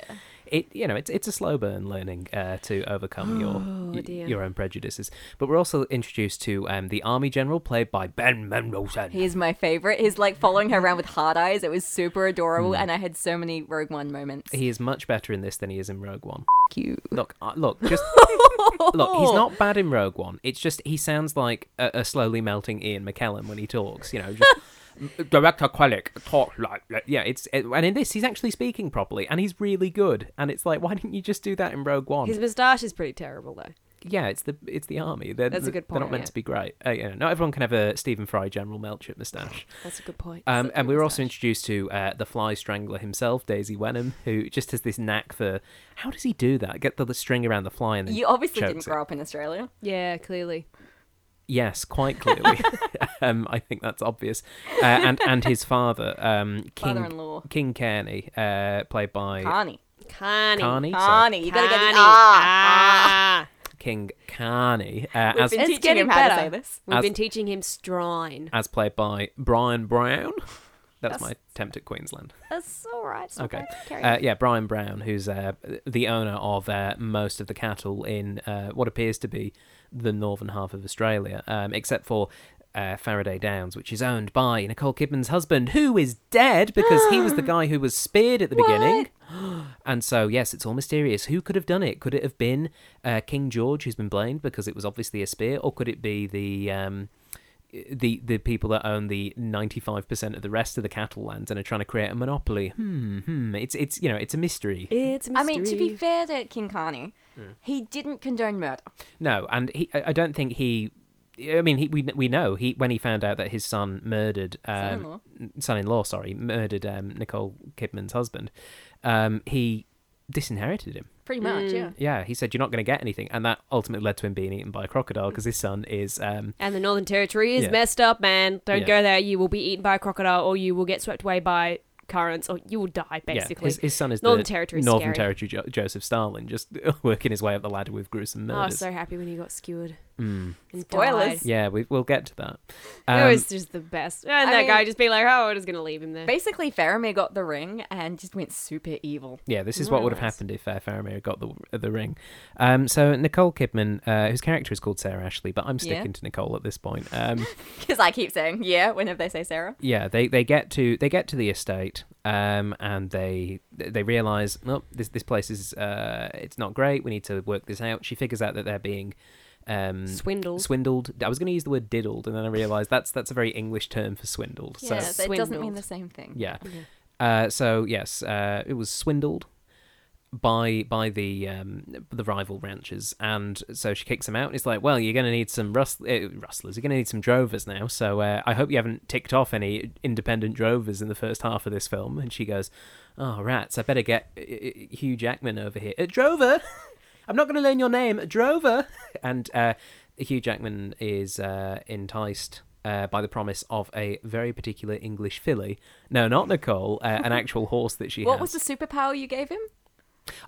Speaker 1: it you know it's it's a slow burn learning uh, to overcome your y-
Speaker 2: Oh, dear.
Speaker 1: your own prejudices. But we're also introduced to um, the army general played by Ben Mendelsohn.
Speaker 3: He is my favorite. He's like following her around with hard eyes. It was super adorable, and I had so many Rogue One moments.
Speaker 1: Hmm. He is much better in this than he is in Rogue One.
Speaker 3: Cute.
Speaker 1: Look, uh, look, just look. He's not bad in Rogue One. It's just he sounds like a, a slowly melting Ian McKellen when he talks. You know, just director Quellic talks like like- yeah. It's it, and in this he's actually speaking properly and he's really good. And it's like, why didn't you just do that in Rogue One?
Speaker 2: His moustache is pretty terrible though.
Speaker 1: Yeah, it's the it's the army. They're,
Speaker 2: That's a good
Speaker 1: They're not
Speaker 2: point,
Speaker 1: meant
Speaker 2: yeah.
Speaker 1: to be great. Uh, you know, not everyone can have a Stephen Fry General Melchett moustache.
Speaker 2: That's a good point.
Speaker 1: Um, and we were also introduced to uh, the fly strangler himself, Daisy Wenham, who just has this knack for how does he do that? Get the, the string around the fly and then
Speaker 3: You obviously
Speaker 1: chokes
Speaker 3: didn't
Speaker 1: it.
Speaker 3: grow up in Australia.
Speaker 2: yeah, clearly.
Speaker 1: Yes, quite clearly. um, I think that's obvious. Uh, and and his father, um, King
Speaker 3: Father-in-law.
Speaker 1: King Kearney, uh, played by
Speaker 3: Carney.
Speaker 2: Carney.
Speaker 1: Carney, sorry,
Speaker 3: Carney. You gotta get the
Speaker 2: Carney.
Speaker 3: ah. ah.
Speaker 2: Ah.
Speaker 1: King Carney, uh,
Speaker 3: We've
Speaker 1: as
Speaker 3: been
Speaker 2: It's
Speaker 3: teaching him
Speaker 2: getting
Speaker 3: how to
Speaker 2: better.
Speaker 3: say this.
Speaker 2: We've
Speaker 1: As-
Speaker 2: been teaching him strine.
Speaker 1: as played by Brian Brown. That's
Speaker 3: That's-
Speaker 1: my attempt at Queensland.
Speaker 3: That's all right. it's
Speaker 1: Okay.
Speaker 3: Carry on.
Speaker 1: Uh, yeah, Brian Brown, who's uh, the owner of uh, most of the cattle in uh, what appears to be the northern half of Australia, um, except for uh, Faraday Downs, which is owned by Nicole Kidman's husband, who is dead because he was the guy who was speared at the beginning. And so, yes, it's all mysterious. Who could have done it? Could it have been uh, King George, who's been blamed because it was obviously a spear, or could it be the um, the the people that own the ninety five percent of the rest of the cattle lands and are trying to create a monopoly? Hmm, hmm. It's it's you know it's a mystery.
Speaker 2: It's a
Speaker 3: I
Speaker 2: mystery.
Speaker 3: mean, to be fair to King Carney,
Speaker 1: Hmm.
Speaker 3: he didn't condone murder.
Speaker 1: No, and he, I I don't think he. I mean, he, we we know he when he found out that his son murdered um,
Speaker 3: Son-in-law.
Speaker 1: son-in-law, sorry, murdered um, Nicole Kidman's husband. Um, he disinherited him.
Speaker 3: Pretty much, yeah.
Speaker 1: Yeah, he said you're not going to get anything, and that ultimately led to him being eaten by a crocodile because his son is um,
Speaker 2: and the Northern Territory is
Speaker 1: Yeah.
Speaker 2: messed up, man. Don't
Speaker 1: Yeah.
Speaker 2: go there. You will be eaten by a crocodile, or you will get swept away by currents, or you will die.
Speaker 1: Yeah,
Speaker 2: Basically,
Speaker 1: his, his son is
Speaker 2: Northern
Speaker 1: the
Speaker 2: Territory is
Speaker 1: Northern
Speaker 2: scary.
Speaker 1: Territory jo- Joseph Stalin, just working his way up the ladder with gruesome
Speaker 2: I
Speaker 1: murders.
Speaker 2: was Oh, so happy when he got skewered. And
Speaker 3: Spoilers.
Speaker 2: died.
Speaker 1: Yeah, we, we'll get to that.
Speaker 2: it
Speaker 1: Um,
Speaker 2: was just the best. And
Speaker 3: I
Speaker 2: that
Speaker 3: mean-
Speaker 2: guy just be like, "Oh, we're just gonna leave him there."
Speaker 3: Basically, Faramir got the ring and just went super evil.
Speaker 1: Yeah, this is what would have
Speaker 2: Nice.
Speaker 1: happened if uh, Faramir had got the the ring. Um, so Nicole Kidman, uh, whose character is called Sarah Ashley, but I'm
Speaker 3: Yeah.
Speaker 1: sticking to Nicole at this point. Um,
Speaker 3: Because I keep saying, yeah, whenever they say Sarah.
Speaker 1: yeah, they, they get to they get to the estate, um, and they they realize, no, this this place is uh, it's not great. We need to work this out. She figures out that they're being um,
Speaker 2: Swindled.
Speaker 1: swindled. I was going to use the word diddled, and then I realised that's that's a very English term for swindled.
Speaker 3: Yeah,
Speaker 1: So
Speaker 3: so it doesn't mean
Speaker 2: Swindled.
Speaker 3: the same thing.
Speaker 1: yeah. Uh, so yes, uh, it was swindled by by the um, the rival ranchers, and so she kicks them out. And it's like, well, you're going to need some rust- uh, rustlers. You're going to need some drovers now. So uh, I hope you haven't ticked off any independent drovers in the first half of this film. And she goes, "Oh rats, I better get uh, uh, Hugh Jackman over here, uh, drover." I'm not going to learn your name, Drover. And uh, Hugh Jackman is uh, enticed uh, by the promise of a very particular English filly. No, not Nicole, uh, an actual horse that she
Speaker 3: What
Speaker 1: has.
Speaker 3: was the superpower you gave him?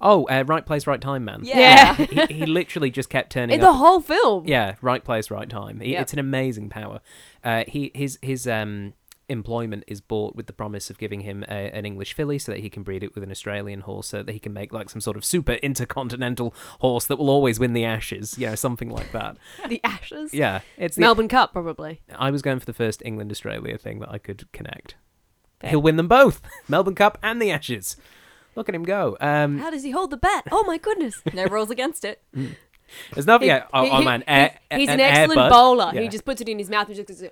Speaker 1: Oh, uh, right place, right time, man.
Speaker 2: Yeah.
Speaker 1: he, he literally just kept turning
Speaker 2: In
Speaker 1: up.
Speaker 2: the whole film.
Speaker 1: Yeah, right place, right time. He,
Speaker 3: Yep.
Speaker 1: It's an amazing power. Uh, he his his um employment is bought with the promise of giving him a, an English filly so that he can breed it with an Australian horse so that he can make like some sort of super intercontinental horse that will always win the Ashes. Yeah, something like that.
Speaker 2: The ashes.
Speaker 1: Yeah, it's the,
Speaker 2: Melbourne Cup, probably.
Speaker 1: I was going for the first England Australia thing that I could connect. He'll win them both Melbourne Cup and the Ashes. Look at him go. Um,
Speaker 2: How does he hold the bat? Oh my goodness.
Speaker 3: No rules against it.
Speaker 1: there's nothing.
Speaker 2: He-
Speaker 1: yeah, oh,
Speaker 2: he-
Speaker 1: oh
Speaker 2: he-
Speaker 1: man. Air-
Speaker 2: he's he's
Speaker 1: an
Speaker 2: an,
Speaker 1: air
Speaker 2: excellent
Speaker 1: bud.
Speaker 2: bowler.
Speaker 1: Yeah.
Speaker 2: He just puts it in his mouth and just goes,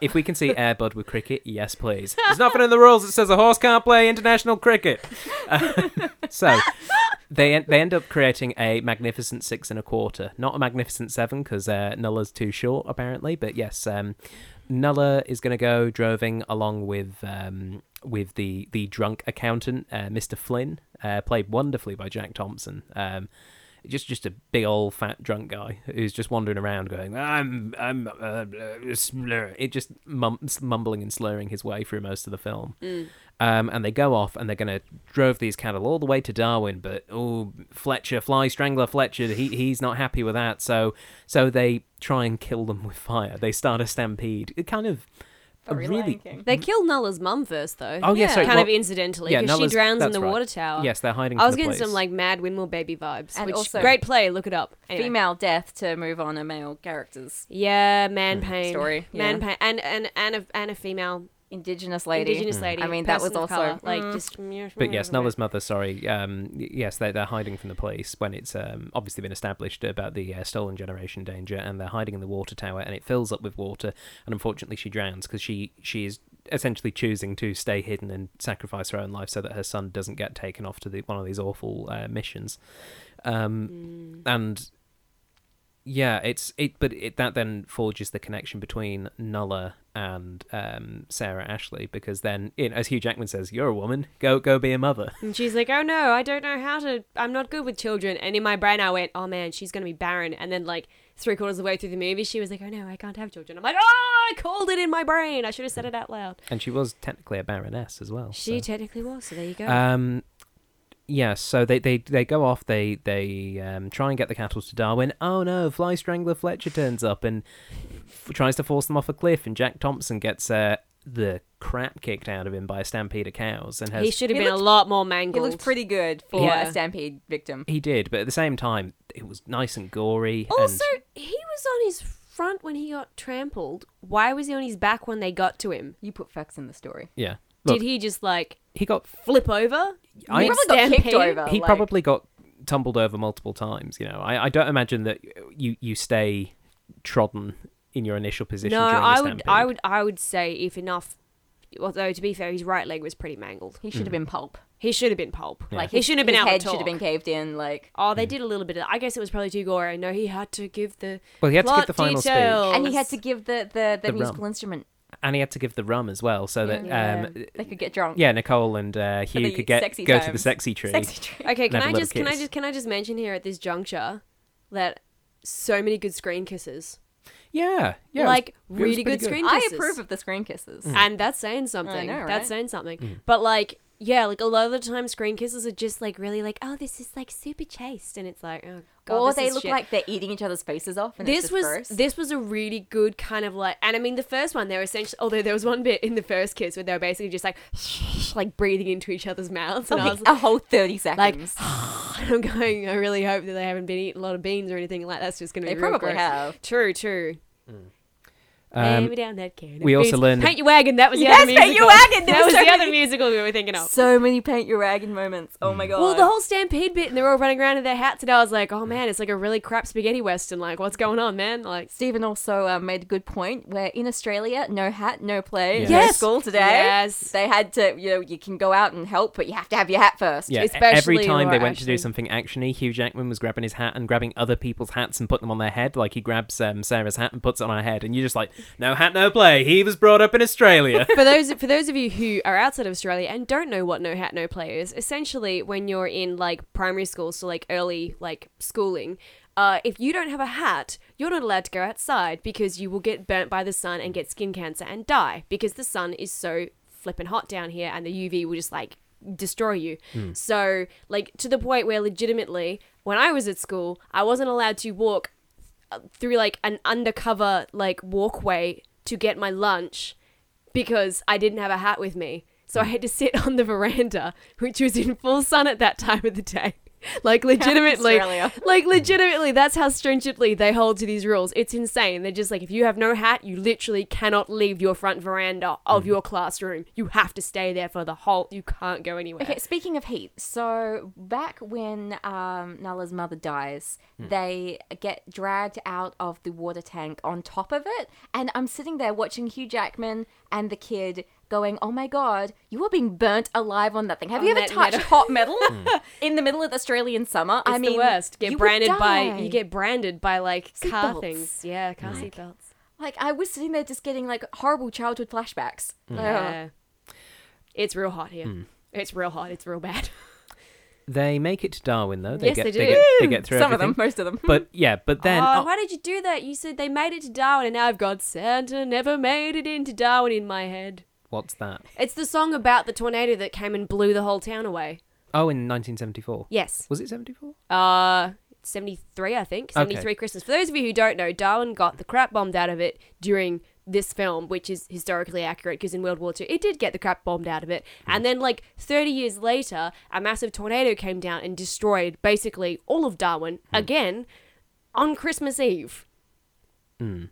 Speaker 1: If we can see Airbud with cricket, yes, please. There's nothing in the rules that says a horse can't play international cricket. Uh, so they en- they end up creating a magnificent six and a quarter, not a magnificent seven because uh, Nulla's too short apparently. But yes, um, Nulla is going to go droving along with um, with the the drunk accountant, uh, Mr. Flynn, uh, played wonderfully by Jack Thompson. Um, just just a big old fat drunk guy who's just wandering around going i'm i'm uh, uh, slur. it just mum- mumbling and slurring his way through most of the film
Speaker 2: Mm.
Speaker 1: um, and they go off and they're going to drove these cattle all the way to darwin but oh fletcher fly strangler fletcher he, he's not happy with that so so they try and kill them with fire they start a stampede it kind of a
Speaker 3: Very
Speaker 1: really
Speaker 3: Lion King.
Speaker 2: They killed Nulla's mum first, though.
Speaker 1: Oh, yeah,
Speaker 3: Yeah.
Speaker 1: sorry,
Speaker 2: kind
Speaker 1: well-
Speaker 2: of incidentally,
Speaker 1: yeah,
Speaker 2: because she
Speaker 1: Nulla's-
Speaker 2: drowns in
Speaker 1: that's
Speaker 2: the
Speaker 1: right.
Speaker 2: water tower.
Speaker 1: yes they're hiding
Speaker 2: I
Speaker 1: from
Speaker 2: was
Speaker 1: the
Speaker 2: getting some
Speaker 1: police.
Speaker 2: like mad Windmill Baby vibes.
Speaker 3: And
Speaker 2: which,
Speaker 3: also-
Speaker 2: great play. Look it up. Anyway.
Speaker 3: Female death to move on a male character's
Speaker 2: Yeah, man
Speaker 1: Mm.
Speaker 2: pain
Speaker 3: Story,
Speaker 2: man
Speaker 3: yeah.
Speaker 2: pain, and and and a and a female
Speaker 3: indigenous lady.
Speaker 2: indigenous lady.
Speaker 3: I mean, that was
Speaker 2: person of
Speaker 3: also
Speaker 2: colour, like
Speaker 3: Mm.
Speaker 2: just.
Speaker 1: But yes, Nulla's mother. Sorry. Um, y- yes, they're, they're hiding from the police when it's um, obviously been established about the uh, stolen generation danger, and they're hiding in the water tower, and it fills up with water, and unfortunately she drowns because she she is essentially choosing to stay hidden and sacrifice her own life so that her son doesn't get taken off to the, one of these awful uh, missions. Um, And yeah, it's it, but it, that then forges the connection between Nulla and um, Sarah Ashley because then, you know, as Hugh Jackman says, "You're a woman. Go, go be a mother."
Speaker 2: And she's like, "Oh no, I don't know how to. I'm not good with children." And in my brain, I went, "Oh man, she's gonna be barren." And then like three quarters of the way through the movie, she was like, "Oh no, I can't have children." I'm like, "Oh, I called it in my brain. I should have said it out loud."
Speaker 1: And she was technically a baroness as well.
Speaker 2: She
Speaker 1: so.
Speaker 2: technically was. So there you go.
Speaker 1: um, yeah. So they, they they go off. They they um, try and get the cattle to Darwin. Oh no! Fly strangler Fletcher turns up and f- tries to force them off a cliff. And Jack Thompson gets uh, the crap kicked out of him by a stampede of cows. And has
Speaker 2: he should have
Speaker 3: He
Speaker 2: been
Speaker 3: looked-
Speaker 2: a lot more
Speaker 3: Hmm. It
Speaker 2: mangled.
Speaker 3: looks pretty good for
Speaker 2: Yeah.
Speaker 3: a stampede victim.
Speaker 1: he did, but at the same time, it was nice and gory.
Speaker 2: Also, he was on his front when he got trampled. Why was he on his back when they got to him?
Speaker 3: You put facts in the story.
Speaker 1: and, yeah. Look,
Speaker 2: Did he just like
Speaker 1: he got
Speaker 2: flip over?
Speaker 1: I-
Speaker 3: He
Speaker 2: Mid
Speaker 3: probably got kicked
Speaker 2: stampede?
Speaker 3: over.
Speaker 1: he
Speaker 3: like-
Speaker 1: probably got tumbled over multiple times. You know, I, I don't imagine that you you stay trodden in your initial position.
Speaker 2: No,
Speaker 1: during a
Speaker 2: I would, I
Speaker 1: stampede.
Speaker 2: would, I would say if enough. Although to be fair, his right leg was pretty mangled.
Speaker 3: He should have been pulp.
Speaker 2: He should have been pulp. Like he
Speaker 3: his-
Speaker 2: should have been
Speaker 3: his
Speaker 2: out
Speaker 3: head
Speaker 2: to
Speaker 3: should have been
Speaker 2: talk.
Speaker 3: caved in. Like,
Speaker 2: Oh,
Speaker 1: Hmm.
Speaker 2: they did a little bit of. that. I guess it was probably too gory. No, he had to give the.
Speaker 1: Well, he had to give
Speaker 2: plot
Speaker 1: the final speech.
Speaker 2: details.
Speaker 3: and he had to give the the, the,
Speaker 1: Oh, The
Speaker 3: musical
Speaker 1: rum.
Speaker 3: instrument.
Speaker 1: and he had to give the rum as well, so that
Speaker 3: Yeah.
Speaker 1: um,
Speaker 3: they could get drunk.
Speaker 1: yeah, Nicole and uh, Hugh
Speaker 3: the
Speaker 1: could get
Speaker 3: sexy
Speaker 1: go to the
Speaker 3: times.
Speaker 1: sexy tree.
Speaker 3: Sexy tree.
Speaker 2: Okay,
Speaker 1: have
Speaker 2: can
Speaker 1: a
Speaker 2: I
Speaker 1: little
Speaker 2: just can I
Speaker 1: kiss.
Speaker 2: just can I just mention here at this juncture that so many good screen kisses,
Speaker 1: Yeah, yeah, it was-
Speaker 2: like
Speaker 1: it was
Speaker 2: really
Speaker 1: pretty
Speaker 2: good screen
Speaker 3: I
Speaker 2: kisses.
Speaker 3: approve of the screen kisses. Mm.
Speaker 1: Hmm.
Speaker 2: and that's saying something.
Speaker 3: know, right?
Speaker 2: That's saying something. But like, yeah, like a lot of the time, screen kisses are just like really like, oh, this is like super chaste, and it's like, oh god,
Speaker 3: or
Speaker 2: this
Speaker 3: they
Speaker 2: is
Speaker 3: look
Speaker 2: shit.
Speaker 3: like they're eating each other's faces off. And
Speaker 2: This
Speaker 3: it's just
Speaker 2: was
Speaker 3: gross.
Speaker 2: this was a really good kind of like, and I mean the first one they were essentially. Although there was one bit in the first kiss where they were basically just like, like breathing into each other's mouths, and I was
Speaker 3: like a whole thirty
Speaker 2: like,
Speaker 3: seconds.
Speaker 2: I'm going. I really hope that they haven't been eating a lot of beans or anything like that. That's just going to
Speaker 3: They
Speaker 2: be real
Speaker 3: probably
Speaker 2: gross.
Speaker 3: have.
Speaker 2: True, true.
Speaker 1: Um,
Speaker 2: Hand me down that can. of
Speaker 1: we also
Speaker 2: beans.
Speaker 1: learned-
Speaker 2: paint your wagon. That was the
Speaker 3: Yes,
Speaker 2: other musical.
Speaker 3: Paint Your Wagon, there
Speaker 2: That
Speaker 3: were
Speaker 2: was
Speaker 3: so
Speaker 2: the other
Speaker 3: many-
Speaker 2: musical we were thinking of.
Speaker 3: so many paint your wagon moments. Oh my god.
Speaker 2: well, the whole stampede bit, and they're all running around in their hats, and I was like, "Oh man, it's like a really crap spaghetti western. Like, what's going on, man? Like,
Speaker 3: Stephen also uh, made a good point where in Australia, no hat, no play,
Speaker 1: Yeah.
Speaker 3: no
Speaker 2: Yes.
Speaker 3: school today.
Speaker 2: Yes.
Speaker 3: They had to, you know, you can go out and help, but you have to have your hat first.
Speaker 1: yeah,
Speaker 2: it's
Speaker 1: e- every
Speaker 2: especially
Speaker 1: time they
Speaker 2: Laura
Speaker 1: went to do
Speaker 2: Ashley.
Speaker 1: something actiony, Hugh Jackman was grabbing his hat and grabbing other people's hats and putting them on their head. Like he grabs um, Sarah's hat and puts it on her head, and you're just like, no hat, no play. He was brought up in Australia.
Speaker 2: for those for those of you who are outside of Australia and don't know what no hat no play is, essentially when you're in like primary school, so like early like schooling, uh, if you don't have a hat, you're not allowed to go outside because you will get burnt by the sun and get skin cancer and die because the sun is so flippin' hot down here and the UV will just like destroy you. So like to the point where legitimately when I was at school, I wasn't allowed to walk through like an undercover like walkway to get my lunch because I didn't have a hat with me. So I had to sit on the veranda, which was in full sun at that time of the day. Like legitimately,
Speaker 3: Australia.
Speaker 2: like legitimately, that's how stringently they hold to these rules. It's insane. They're just like, if you have no hat, you literally cannot leave your front veranda of your classroom. You have to stay there for the whole. You can't go anywhere.
Speaker 3: Okay, speaking of heat, so back when um, Nala's mother dies,
Speaker 2: Hmm.
Speaker 3: they get dragged out of the water tank on top of it, and I'm sitting there watching Hugh Jackman and the kid going, "Oh my god, you are being burnt alive on that thing. Have you
Speaker 2: On
Speaker 3: ever
Speaker 2: that
Speaker 3: touched
Speaker 2: metal."
Speaker 3: hot metal
Speaker 2: Hmm.
Speaker 3: in the middle of Australian summer? I
Speaker 2: It's
Speaker 3: mean,
Speaker 2: the worst. Get
Speaker 3: you would
Speaker 2: branded by
Speaker 3: die.
Speaker 2: you get branded by like car
Speaker 3: Seatbelts.
Speaker 2: things. Yeah, car seat belts.
Speaker 3: like I was sitting there just getting like horrible childhood flashbacks.
Speaker 2: Hmm.
Speaker 3: Like, oh.
Speaker 2: Yeah. Hmm. It's real hot here. It's real hot. It's real bad.
Speaker 1: They make it to Darwin though. They
Speaker 2: Yes,
Speaker 1: get,
Speaker 2: they do.
Speaker 1: get, they get through
Speaker 3: Some of
Speaker 1: everything.
Speaker 3: them, most of them.
Speaker 1: But yeah, but then
Speaker 2: oh,
Speaker 1: oh,
Speaker 2: why did you do that? You said they made it to Darwin, and now I've got Santa never made it into Darwin in my head.
Speaker 1: what's that?
Speaker 2: It's the song about the tornado that came and blew the whole town away.
Speaker 1: Oh, in 1974.
Speaker 2: Yes.
Speaker 1: Was it 74?
Speaker 2: Uh, 73, I think. 73 Christmas. For those of you who don't know, Darwin got the crap bombed out of it during this film, which is historically accurate because in World War II, it did get the crap bombed out of it.
Speaker 1: Hmm.
Speaker 2: And then, like, 30 years later, a massive tornado came down and destroyed basically all of Darwin
Speaker 1: Hmm.
Speaker 2: again on Christmas Eve.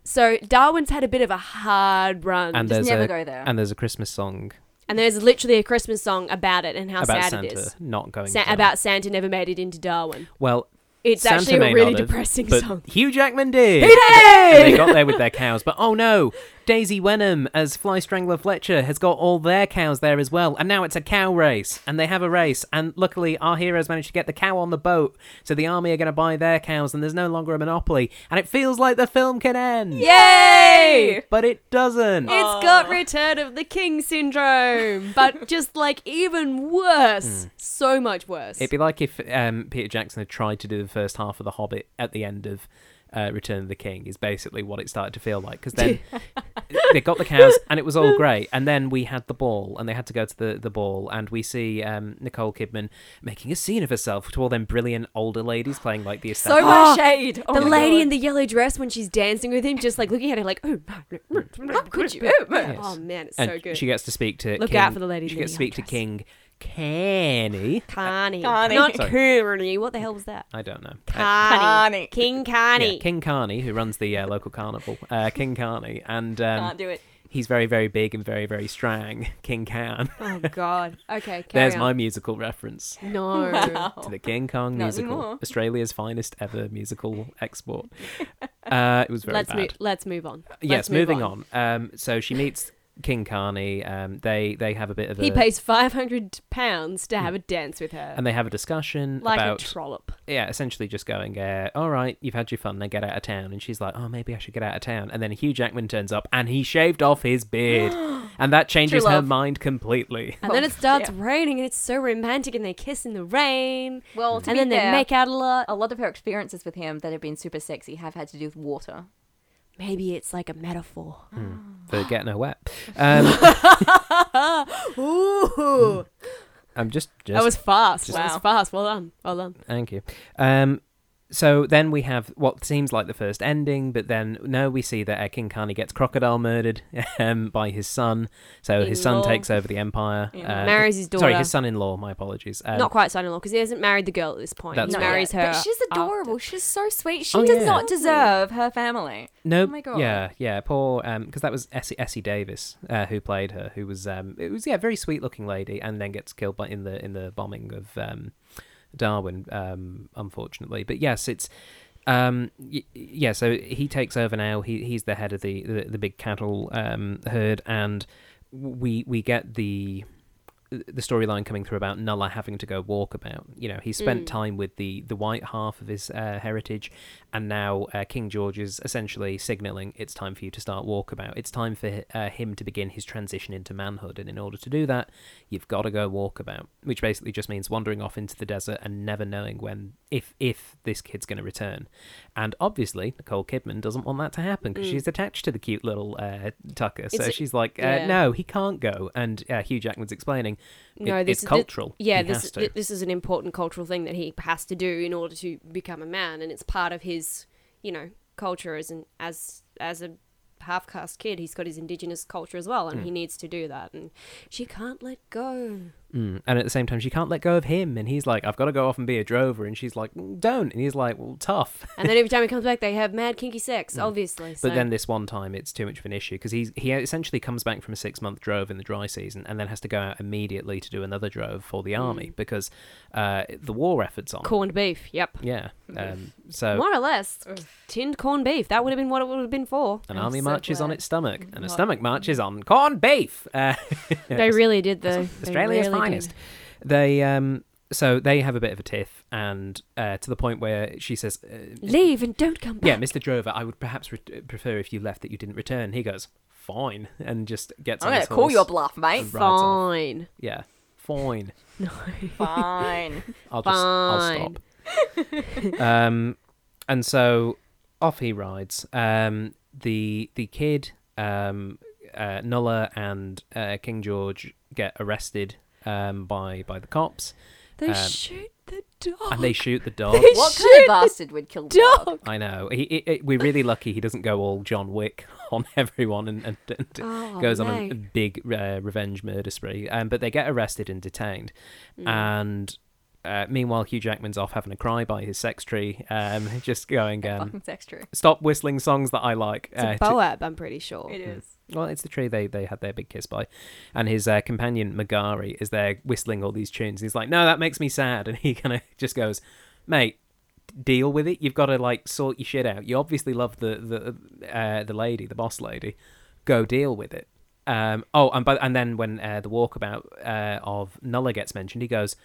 Speaker 2: So Darwin's had a bit of a hard run.
Speaker 1: Hmm. And
Speaker 2: And,
Speaker 1: there's
Speaker 3: never
Speaker 1: a
Speaker 3: go there.
Speaker 1: and there's a Christmas song
Speaker 2: there's literally a Christmas song about it and how
Speaker 1: about
Speaker 2: sad it
Speaker 1: Santa
Speaker 2: is.
Speaker 1: not going
Speaker 2: Sa-
Speaker 1: to
Speaker 2: about Santa never made it into Darwin.
Speaker 1: Well,
Speaker 2: It's
Speaker 1: Santa
Speaker 2: actually
Speaker 1: may
Speaker 2: a really
Speaker 1: not have,
Speaker 2: depressing
Speaker 1: but
Speaker 2: song.
Speaker 1: Hugh Jackman did. He
Speaker 2: did!
Speaker 1: they got there with their cows, but oh no, Daisy Wenham as Fly Strangler Fletcher has got all their cows there as well, and now it's a cow race, and they have a race, and luckily our heroes managed to get the cow on the boat, so the army are going to buy their cows, and there's no longer a monopoly, and it feels like the film can end,
Speaker 2: Yay!
Speaker 1: but it doesn't.
Speaker 2: It's got Return of the King syndrome, but just like even
Speaker 1: Hmm.
Speaker 2: worse, so much worse.
Speaker 1: It'd be like if um, Peter Jackson had tried to do the first half of The Hobbit at the end of uh, Return of the King, is basically what it started to feel like. Because then they got the cows and it was all great. And then we had the ball and they had to go to the, the ball. And we see um, Nicole Kidman making a scene of herself to all them brilliant older ladies playing like the
Speaker 3: so
Speaker 1: established.
Speaker 2: Oh,
Speaker 3: much shade. Oh
Speaker 2: the
Speaker 3: my
Speaker 2: lady
Speaker 3: God.
Speaker 2: in the yellow dress when she's dancing with him, just like looking at her like, oh, no, no, no, how could you? Oh, no." Oh, man, it's
Speaker 1: and
Speaker 2: so good.
Speaker 1: she gets to speak to
Speaker 2: Look
Speaker 1: King-
Speaker 2: out for the lady in
Speaker 1: She
Speaker 2: the
Speaker 1: gets to speak to
Speaker 2: yellow dress.
Speaker 1: King Canny.
Speaker 2: Carney.
Speaker 3: Carney.
Speaker 2: Not
Speaker 1: Sorry.
Speaker 2: Kearney. What the hell was that?
Speaker 1: I don't know. Uh,
Speaker 2: Carney.
Speaker 3: Carney.
Speaker 2: King
Speaker 1: Yeah,
Speaker 2: Carney.
Speaker 1: King Carney, who runs the uh, local carnival, uh, King Carney, and um,
Speaker 3: Can't do it.
Speaker 1: he's very very big and very very strong. King Can.
Speaker 2: Oh, God. Okay, carry
Speaker 1: There's
Speaker 2: on.
Speaker 1: my musical reference
Speaker 2: No.
Speaker 1: to the King Kong
Speaker 3: Not
Speaker 1: musical,
Speaker 3: anymore.
Speaker 1: Australia's finest ever musical export. Uh, it was very
Speaker 2: Let's,
Speaker 1: bad. Uh,
Speaker 2: mo- let's move on.
Speaker 1: yes,
Speaker 2: Let's move
Speaker 1: moving on. Um, so she meets King Carney. Um, they they have a bit of a
Speaker 2: He pays five hundred pounds to have a dance with her,
Speaker 1: and they have a discussion
Speaker 2: like
Speaker 1: Hmm. Um, about
Speaker 2: a trollop.
Speaker 1: yeah, essentially just going, uh, all right, you've had your fun, now get out of town. And she's like, oh, maybe I should get out of town. And then Hugh Jackman turns up and he shaved off his beard. and that changes
Speaker 3: True
Speaker 1: her
Speaker 3: love.
Speaker 1: mind completely.
Speaker 2: And then
Speaker 3: Well,
Speaker 2: it starts raining, and it's so romantic, and they kiss in the rain,
Speaker 3: Well, to
Speaker 2: and
Speaker 3: be
Speaker 2: then they
Speaker 3: fair,
Speaker 2: make out a lot.
Speaker 3: a lot of her experiences with him that have been super sexy have had to do with water.
Speaker 2: Maybe it's like a metaphor.
Speaker 1: For getting her wet. Um,
Speaker 2: Ooh,
Speaker 1: I'm just, Hmm. just
Speaker 2: that was fast. That
Speaker 3: Wow.
Speaker 2: was fast. Well done. Well done.
Speaker 1: Thank you. Um, so then we have what seems like the first ending, but then no, we see that uh, King Carney gets crocodile murdered um, by his son. So his son
Speaker 2: In-law.
Speaker 1: takes over the empire.
Speaker 3: In-law.
Speaker 1: uh,
Speaker 2: Marries his
Speaker 1: Sorry,
Speaker 2: daughter.
Speaker 1: his son-in-law. My apologies. Um,
Speaker 2: Not quite son-in-law because he hasn't married the girl at this point.
Speaker 1: That's
Speaker 2: he
Speaker 1: right.
Speaker 2: marries her.
Speaker 3: But she's
Speaker 2: after.
Speaker 3: adorable. She's so sweet. She
Speaker 1: Oh,
Speaker 3: does
Speaker 1: yeah.
Speaker 3: not deserve her family.
Speaker 1: No.
Speaker 3: Oh my God.
Speaker 1: Yeah, yeah. Poor. Um, because that was Essie, Essie Davis, uh, who played her, who was um, it was yeah, very sweet-looking lady, and then gets killed by in the in the bombing of um, Darwin, um, unfortunately. But yes, it's um, y- yeah. So he takes over now. He he's the head of the the, the big cattle um herd, and we we get the the storyline coming through about Nulla having to go walkabout. You know, he spent time with the the white half of his uh, heritage, and now uh, King George is essentially signalling it's time for you to start walkabout. It's time for uh, him to begin his transition into manhood, and in order to do that, you've got to go walkabout, which basically just means wandering off into the desert and never knowing when if if this kid's going to return. And obviously, Nicole Kidman doesn't want that to happen because she's attached to the cute little uh, Tucker, so
Speaker 2: It's-
Speaker 1: she's like, uh,
Speaker 2: yeah.
Speaker 1: no no, he can't go. And uh, Hugh Jackman's explaining
Speaker 2: No,
Speaker 1: it-
Speaker 2: this
Speaker 1: it's
Speaker 2: is thi-
Speaker 1: cultural.
Speaker 2: yeah,
Speaker 1: He
Speaker 2: this
Speaker 1: has
Speaker 2: is
Speaker 1: to.
Speaker 2: thi- this is an important cultural thing that he has to do in order to become a man, and it's part of his, you know, culture as an as as a half
Speaker 1: Hmm.
Speaker 2: caste kid. He's got his indigenous culture as well, and he needs to do that. And she can't let go.
Speaker 1: Mm. And at the same time, she can't let go of him, and he's like, "I've got to go off and be a drover," and she's like, "Mm, "Don't," and he's like, "Well, tough."
Speaker 2: And then every time he comes back, they have mad kinky sex, obviously.
Speaker 1: Hmm. But
Speaker 2: so-
Speaker 1: then this one time, it's too much of an issue because he's he essentially comes back from a six month drove in the dry season and then has to go out immediately to do another drove for the
Speaker 2: Mm.
Speaker 1: army because uh, the war efforts on.
Speaker 2: corned beef. Yep.
Speaker 1: Yeah. Um, so
Speaker 2: More or less, tinned corned beef. That would have been what it would have been for.
Speaker 1: an
Speaker 3: I'm
Speaker 1: army
Speaker 3: so
Speaker 1: marches on
Speaker 3: glad
Speaker 1: its stomach, and a
Speaker 3: not-
Speaker 1: stomach marches on corned beef. Uh,
Speaker 2: They really did though. They
Speaker 1: Australia's
Speaker 2: really
Speaker 1: finest.
Speaker 2: did.
Speaker 1: They um, so they have a bit of a tiff, and uh, to the point where she says, uh,
Speaker 2: Leave and don't come back.
Speaker 1: "Yeah, Mr. Drover, I would perhaps re- prefer if you left that you didn't return." He goes, "Fine," and just gets.
Speaker 3: I'm
Speaker 1: on
Speaker 3: gonna
Speaker 1: his
Speaker 3: call
Speaker 1: horse.
Speaker 3: your bluff, mate.
Speaker 1: rides off.
Speaker 2: Fine.
Speaker 1: Yeah, fine.
Speaker 3: Fine.
Speaker 1: I'll just I'll
Speaker 2: Fine.
Speaker 1: stop. um, and so off he rides. Um, the the kid, um, uh, Nulla and uh, King George get arrested um, by by the cops,
Speaker 2: They
Speaker 1: Um,
Speaker 2: shoot the dog.
Speaker 1: and they shoot the dog.
Speaker 3: What kind of bastard would kill dog?
Speaker 2: dog.
Speaker 1: I know. He, he, he- we're really lucky he doesn't go all John Wick on everyone and, and, and
Speaker 2: Oh,
Speaker 1: goes on a- a,
Speaker 2: no.
Speaker 1: big uh, revenge murder spree. Um, but they get arrested and detained.
Speaker 2: Mm.
Speaker 1: And uh, meanwhile, Hugh Jackman's off having a cry by his sex tree, um, just going, um,
Speaker 3: Fucking sex true.
Speaker 1: stop whistling songs that I like.
Speaker 2: It's
Speaker 1: uh,
Speaker 2: a
Speaker 1: to-
Speaker 2: Boab, I'm pretty sure.
Speaker 1: Mm-hmm.
Speaker 3: It is.
Speaker 1: well, it's the tree they, they had their big kiss by. And his uh, companion, Magari, is there whistling all these tunes. He's like, no, that makes me sad. And he kind of just goes, mate, deal with it. You've got to, like, sort your shit out. You obviously love the the uh, the lady, the boss lady. Go deal with it. Um, oh, and, by, and then when uh, the walkabout uh, of Nulla gets mentioned, he goes,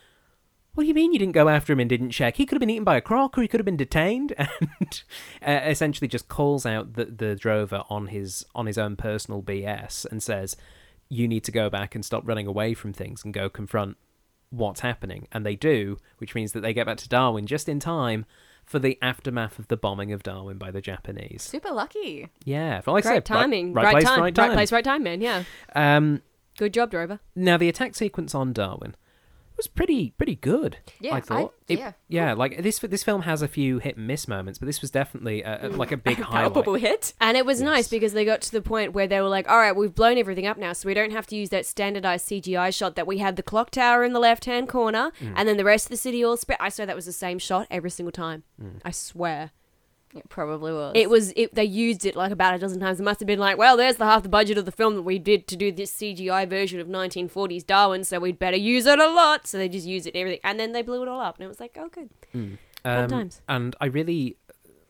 Speaker 1: what do you mean you didn't go after him and didn't check? He could have been eaten by a croc or he could have been detained and uh, essentially just calls out the, the drover on his on his own personal BS and says you need to go back and stop running away from things and go confront what's happening and they do, which means that they get back to Darwin just in time for the aftermath of the bombing of Darwin by the Japanese.
Speaker 3: Super lucky.
Speaker 1: Yeah, for like I
Speaker 2: Great
Speaker 1: said, right-
Speaker 2: timing.
Speaker 1: Right, place,
Speaker 2: time.
Speaker 1: right time.
Speaker 2: place, right time, man. Yeah.
Speaker 1: Um
Speaker 2: Good job, Drover.
Speaker 1: now the attack sequence on Darwin was pretty pretty good.
Speaker 3: Yeah,
Speaker 1: I
Speaker 3: I-
Speaker 1: thought. It-
Speaker 3: yeah.
Speaker 1: yeah. Like this this film has a few hit and miss moments, but this was definitely a, a- like a big highlight.
Speaker 3: Palpable hit.
Speaker 2: And it was nice because they got to the point where they were like, all right, we've blown everything up now, so we don't have to use that standardized CGI shot that we had the clock tower in the left hand corner
Speaker 1: Mm.
Speaker 2: and then the rest of the city all spread. I swear that was the same shot every single time.
Speaker 1: Mm.
Speaker 2: I swear.
Speaker 3: It probably was.
Speaker 2: It was, it, they used it like about a dozen times. It must have been like, well, there's the half the budget of the film that we did to do this CGI version of 1940s Darwin, so we'd better use it a lot. So they just used it and everything. And then they blew it all up, and it was like, oh, good. Fun times.
Speaker 1: Um, And I really.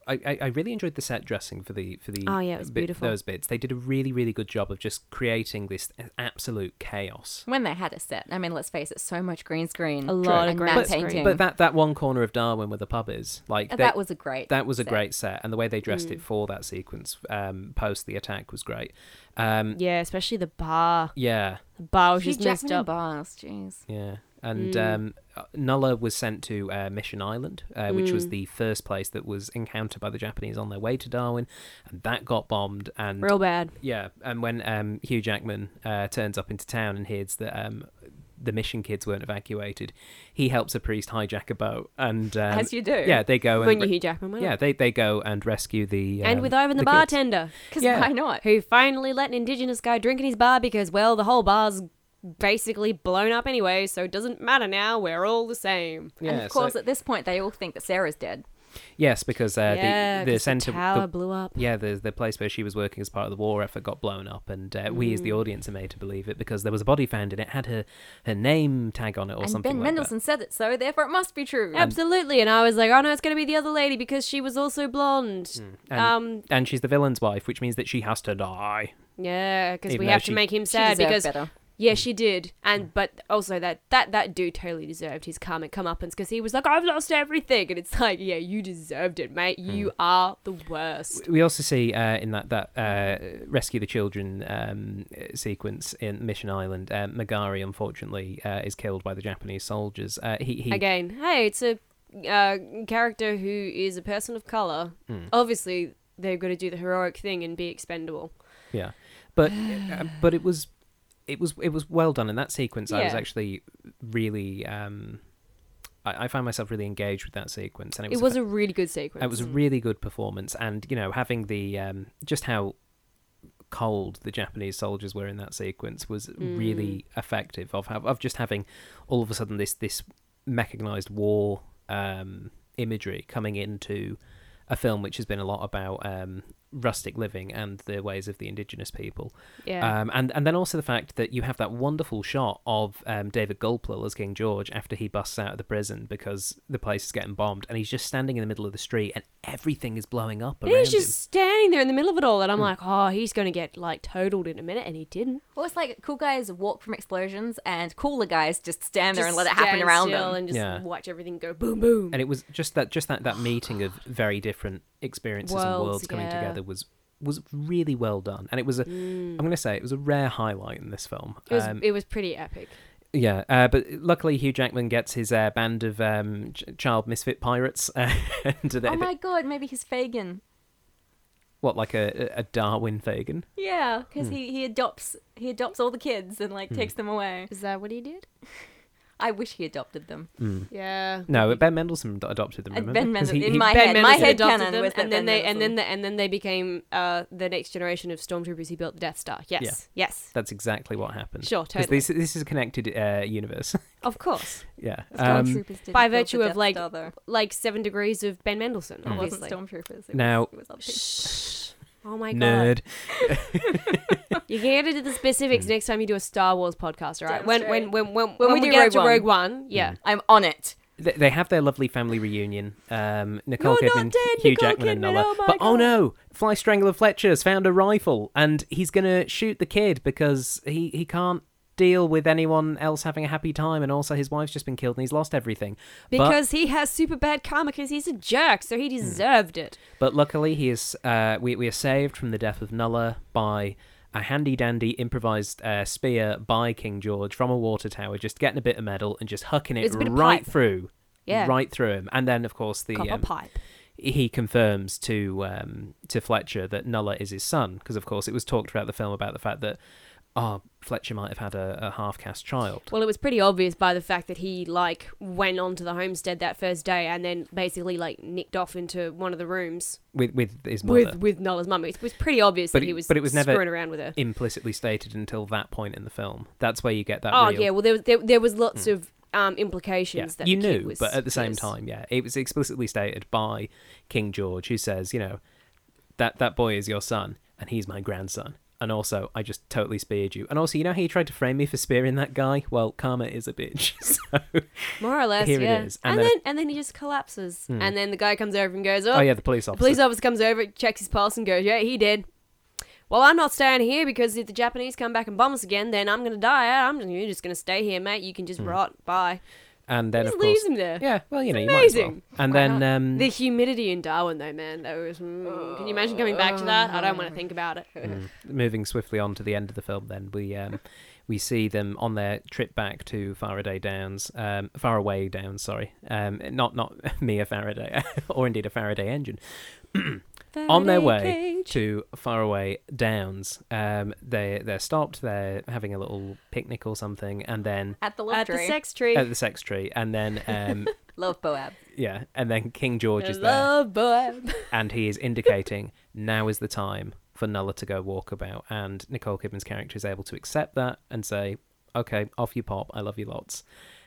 Speaker 1: I, I- I really enjoyed the set dressing for the for the
Speaker 2: Oh, yeah, it was
Speaker 1: bit-
Speaker 2: beautiful.
Speaker 1: those bits. They did a really really good job of just creating this absolute chaos.
Speaker 3: when they had a set. I mean, let's face it, so much green screen.
Speaker 2: A lot of
Speaker 3: and
Speaker 2: green
Speaker 3: matte
Speaker 2: screen.
Speaker 3: painting.
Speaker 1: But that, that one corner of Darwin where the pub is like
Speaker 3: And
Speaker 1: they-
Speaker 3: that was a great
Speaker 1: that was a
Speaker 3: set. Mm.
Speaker 1: great set, and the way they dressed it for that sequence um, post the attack was great. Um,
Speaker 2: Mm. Yeah, especially the bar.
Speaker 1: yeah,
Speaker 2: The bar was
Speaker 3: Hugh
Speaker 2: just messed
Speaker 3: Jackman
Speaker 2: up.
Speaker 3: and Bars, jeez.
Speaker 1: Yeah, and um, Nulla was sent to uh, Mission Island, uh, which was the first place that was encountered by the Japanese on their way to Darwin, and that got bombed. And
Speaker 2: Real bad.
Speaker 1: yeah, and when um, Hugh Jackman uh, turns up into town and hears that um, the mission kids weren't evacuated, he helps a priest hijack a boat, and um,
Speaker 3: As you do.
Speaker 1: yeah, they go
Speaker 2: When
Speaker 1: and
Speaker 2: you
Speaker 1: re-
Speaker 2: Hugh Jackman, why not?
Speaker 1: yeah, they they go and rescue the
Speaker 2: and
Speaker 1: um,
Speaker 2: with Ivan the,
Speaker 1: kids.
Speaker 2: bartender,
Speaker 3: Because
Speaker 1: Yeah.
Speaker 3: why not?
Speaker 2: who finally let an indigenous guy drink in his bar because, well, the whole bar's basically blown up anyway, so it doesn't matter now. We're all the same.
Speaker 1: Yeah,
Speaker 3: and of
Speaker 1: so-
Speaker 3: course, at this point, they all think that Sarah's dead.
Speaker 1: yes, because uh,
Speaker 2: yeah,
Speaker 1: the
Speaker 2: 'cause
Speaker 1: the center
Speaker 2: tower
Speaker 1: the-
Speaker 2: blew up.
Speaker 1: Yeah, the the place where she was working as part of the war effort got blown up, and uh, we as the
Speaker 3: Mm.
Speaker 1: audience are made to believe it because there was a body found and it had her her name tag on it or
Speaker 3: and
Speaker 1: something
Speaker 3: Ben
Speaker 1: like
Speaker 3: Mendelsohn said it, so therefore it must be true.
Speaker 1: Um,
Speaker 2: Absolutely, and I was like, "Oh no, it's going to be the other lady because she was also blonde."
Speaker 1: that. Hmm, And,
Speaker 2: um,
Speaker 1: and she's the villain's wife, which means that she has to die.
Speaker 2: yeah, because
Speaker 1: Even
Speaker 2: we
Speaker 1: though
Speaker 2: have
Speaker 1: she- Hmm.
Speaker 2: to make him
Speaker 3: She
Speaker 2: sad
Speaker 3: deserved
Speaker 2: because
Speaker 3: better.
Speaker 2: yeah, she did, and but also that that that dude totally deserved his karmic comeuppance because he was like, "I've lost everything," and it's like, "Yeah, you deserved it, mate.
Speaker 1: Hmm.
Speaker 2: You are the worst."
Speaker 1: We also see uh, in that that uh, rescue the children um, uh, sequence in Mission Island, uh, Magari unfortunately uh, is killed by the Japanese soldiers. Uh, he he
Speaker 2: again hey it's a uh, character who is a person of color
Speaker 1: Hmm.
Speaker 2: obviously they've got to do the heroic thing and be expendable
Speaker 1: Yeah, but uh, but it was it was it was well done in that sequence. I was
Speaker 2: Yeah.
Speaker 1: actually really um, I, I found myself really engaged with that sequence, and it was,
Speaker 2: it was a Mm. really good sequence
Speaker 1: it was a really good performance. And you know, having the um, just how cold the Japanese soldiers were in that sequence was really
Speaker 2: Mm.
Speaker 1: effective of have, of just having all of a sudden this this mechanized war um, imagery coming into a film which has been a lot about um, rustic living and the ways of the indigenous people.
Speaker 2: Yeah.
Speaker 1: Um, and and then also the fact that you have that wonderful shot of um, David Goldbluth as King George after he busts out of the prison because the place is getting bombed, and he's just standing in the middle of the street and everything is blowing up around
Speaker 2: And he's
Speaker 1: him.
Speaker 2: just standing there in the middle of it all, and I'm like, oh, he's going to get like totaled in a minute, and he didn't.
Speaker 3: Well, it's like cool guys walk from explosions, and cooler guys just stand there and
Speaker 2: Just
Speaker 3: let it happen
Speaker 2: stand
Speaker 3: around
Speaker 2: still
Speaker 3: them.
Speaker 2: and just
Speaker 1: Yeah.
Speaker 2: watch everything go boom, boom.
Speaker 1: And it was just that just that that meeting of very different experiences and
Speaker 2: Worlds,
Speaker 1: worlds coming
Speaker 2: yeah. Mm.
Speaker 1: together was was really well done, and it was a am going to say it was a rare highlight in this film.
Speaker 2: It was,
Speaker 1: Um,
Speaker 2: it was pretty epic.
Speaker 1: Yeah, uh, but luckily Hugh Jackman gets his uh, band of um, ch- child misfit pirates, uh, and they,
Speaker 3: Oh my god, maybe he's Fagin.
Speaker 1: what like a, a Darwin Fagan.
Speaker 3: Yeah, because he, he adopts he adopts all the kids and
Speaker 1: Hmm.
Speaker 3: like takes them away.
Speaker 2: Is that what he did?
Speaker 3: I wish he adopted them.
Speaker 2: Yeah.
Speaker 1: No, uh, Ben Mendelsohn ad- adopted them.
Speaker 3: And
Speaker 1: Remember?
Speaker 3: Ben
Speaker 1: 'Cause he-
Speaker 3: Mendelsohn- in
Speaker 1: he-
Speaker 3: my
Speaker 2: Uh, Ben
Speaker 3: head,
Speaker 2: Mendelsohn
Speaker 3: my head
Speaker 2: adopted
Speaker 3: canon
Speaker 2: them,
Speaker 3: was that
Speaker 2: and then
Speaker 3: Ben
Speaker 2: they and then
Speaker 3: Mendelsohn.
Speaker 2: the, and then they became uh, the next generation of stormtroopers who built the Death Star. Yes, yes,
Speaker 1: That's exactly what happened.
Speaker 2: Sure,
Speaker 1: 'Cause This, this is a connected uh, universe.
Speaker 2: of course.
Speaker 1: yeah. Um,
Speaker 3: Stormtroopers didn't
Speaker 2: by
Speaker 3: build the
Speaker 2: virtue of
Speaker 3: Death
Speaker 2: like
Speaker 3: Star, though.
Speaker 2: like seven degrees of Ben Mendelsohn,
Speaker 1: Mm.
Speaker 3: it wasn't
Speaker 2: obviously.
Speaker 3: stormtroopers. It
Speaker 1: Now-
Speaker 3: was, it was other people.
Speaker 2: Shh. Oh my
Speaker 1: nerd. Mm.
Speaker 2: god! You can get into the specifics next time you do a Star Wars podcast, all right?
Speaker 3: Damn
Speaker 2: When,
Speaker 3: straight.
Speaker 2: when when when
Speaker 3: When we do
Speaker 2: get
Speaker 3: Rogue
Speaker 2: to
Speaker 3: One.
Speaker 2: Rogue One,
Speaker 1: Mm.
Speaker 2: yeah.
Speaker 3: I'm on it.
Speaker 1: They, they have their lovely family reunion. Um, Nicole
Speaker 2: You're not
Speaker 1: Kidman,
Speaker 2: dead,
Speaker 1: Hugh
Speaker 2: Nicole
Speaker 1: Jackman, and
Speaker 2: Kidman,
Speaker 1: Nola.
Speaker 2: oh my
Speaker 1: but oh
Speaker 2: God.
Speaker 1: no, Fly Strangler Fletcher's found a rifle, and he's gonna shoot the kid because he he can't deal with anyone else having a happy time, and also his wife's just been killed and he's lost everything. but, Hmm.
Speaker 2: Because he has super bad karma because he's a jerk, so he deserved it.
Speaker 1: but luckily he is. Uh, we we are saved from the death of Nulla by. A handy dandy improvised uh, spear by King George from a water tower, just getting a bit of metal and just hucking it
Speaker 2: It's a bit of
Speaker 1: right
Speaker 2: pipe.
Speaker 1: through,
Speaker 2: Yeah.
Speaker 1: right through him. And then, of course, the
Speaker 2: Copper
Speaker 1: um,
Speaker 2: pipe.
Speaker 1: he confirms to um, to Fletcher that Nulla is his son because, of course, it was talked about the film about the fact that oh, Fletcher might have had a, a half caste child.
Speaker 2: Well, it was pretty obvious by the fact that he like went onto the homestead that first day and then basically like nicked off into one of the rooms
Speaker 1: with with his mother.
Speaker 2: with with Nola's mum. It was pretty obvious
Speaker 1: But
Speaker 2: that
Speaker 1: it-
Speaker 2: he was
Speaker 1: but it was never-
Speaker 2: screwing around with her.
Speaker 1: Implicitly stated until that point in the film. That's where you get that.
Speaker 2: Oh
Speaker 1: real- Hmm.
Speaker 2: yeah, well there was there, there was lots of um,
Speaker 1: Yeah.
Speaker 2: implications that
Speaker 1: you
Speaker 2: the kid
Speaker 1: knew,
Speaker 2: was-
Speaker 1: but at the same
Speaker 2: yes.
Speaker 1: time, yeah, it was explicitly stated by King George, who says, you know, that that boy is your son, and he's my grandson. And also, I just totally speared you. And also, you know how you tried to frame me for spearing that guy? Well, karma is a bitch. So
Speaker 2: more or less,
Speaker 1: Here it
Speaker 2: yeah.
Speaker 1: is, and
Speaker 2: And,
Speaker 1: then-
Speaker 2: then and then he just collapses, and then the guy comes over and goes,
Speaker 1: Oh yeah, the police
Speaker 2: The
Speaker 1: officer.
Speaker 2: police officer comes over, checks his pulse, and goes, "Yeah, he did." Well, I'm not staying here because if the Japanese come back and bomb us again, then I'm gonna die. out. I'm just, you're just gonna stay here, mate. You can just rot. Bye.
Speaker 1: Hmm. and then
Speaker 2: Just
Speaker 1: of course, Hmm.
Speaker 2: leaves him there.
Speaker 1: yeah. Well, you know, you might as
Speaker 2: amazing.
Speaker 1: well. And then um,
Speaker 2: The humidity in Darwin, though, man, that was. Mm, can you imagine coming back to that? I don't want to think about it.
Speaker 1: Hmm. moving swiftly on to the end of the film, then we um, we see them on their trip back to Faraday Downs, um, Faraway Downs. Sorry, um, not not Mia Faraday, or indeed a Faraday engine. on their way to faraway downs, um, they they're stopped. They're having a little picnic or something, and then
Speaker 3: At the love
Speaker 2: at the
Speaker 3: tree.
Speaker 2: sex tree.
Speaker 1: at the sex tree, and then um,
Speaker 3: love Boab.
Speaker 1: yeah, and then King George is there.
Speaker 2: Love boy.
Speaker 1: and he is indicating now is the time for Nulla to go walkabout. And Nicole Kidman's character is able to accept that and say, okay, off you pop. I love you lots.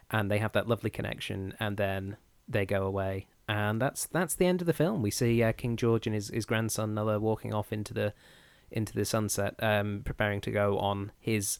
Speaker 1: And they have that lovely connection. And then they go away. And that's that's the end of the film. We see uh, King George and his, his grandson Nulla walking off into the into the sunset, um, preparing to go on his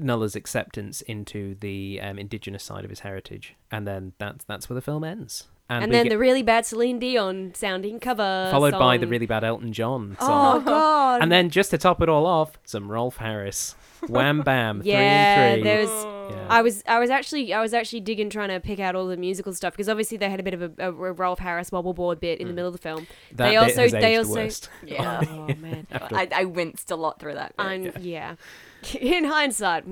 Speaker 1: Nulla's acceptance into the um, indigenous side of his heritage, and then that's that's where the film ends.
Speaker 2: And,
Speaker 1: we
Speaker 2: then
Speaker 1: get-
Speaker 2: the really bad Celine Dion sounding cover.
Speaker 1: followed by the
Speaker 2: song.
Speaker 1: really bad Elton John
Speaker 2: uh, Oh
Speaker 1: song.
Speaker 2: God.
Speaker 1: And then just to top it all off, some Rolf Harris. Wham bam,
Speaker 2: Yeah,
Speaker 1: three and three.
Speaker 2: there's-
Speaker 1: Yeah.
Speaker 2: I was I was actually I was actually digging trying to pick out all the musical stuff because obviously they had a bit of a, a Rolf Harris wobble board bit in the middle of the film.
Speaker 1: that
Speaker 2: they
Speaker 1: bit
Speaker 2: also-
Speaker 1: has
Speaker 2: they
Speaker 1: aged the
Speaker 2: also-
Speaker 1: worst.
Speaker 3: Yeah.
Speaker 2: Mm. Oh man.
Speaker 3: I, I winced a lot through that. bit.
Speaker 2: I'm, yeah. Mm. In hindsight,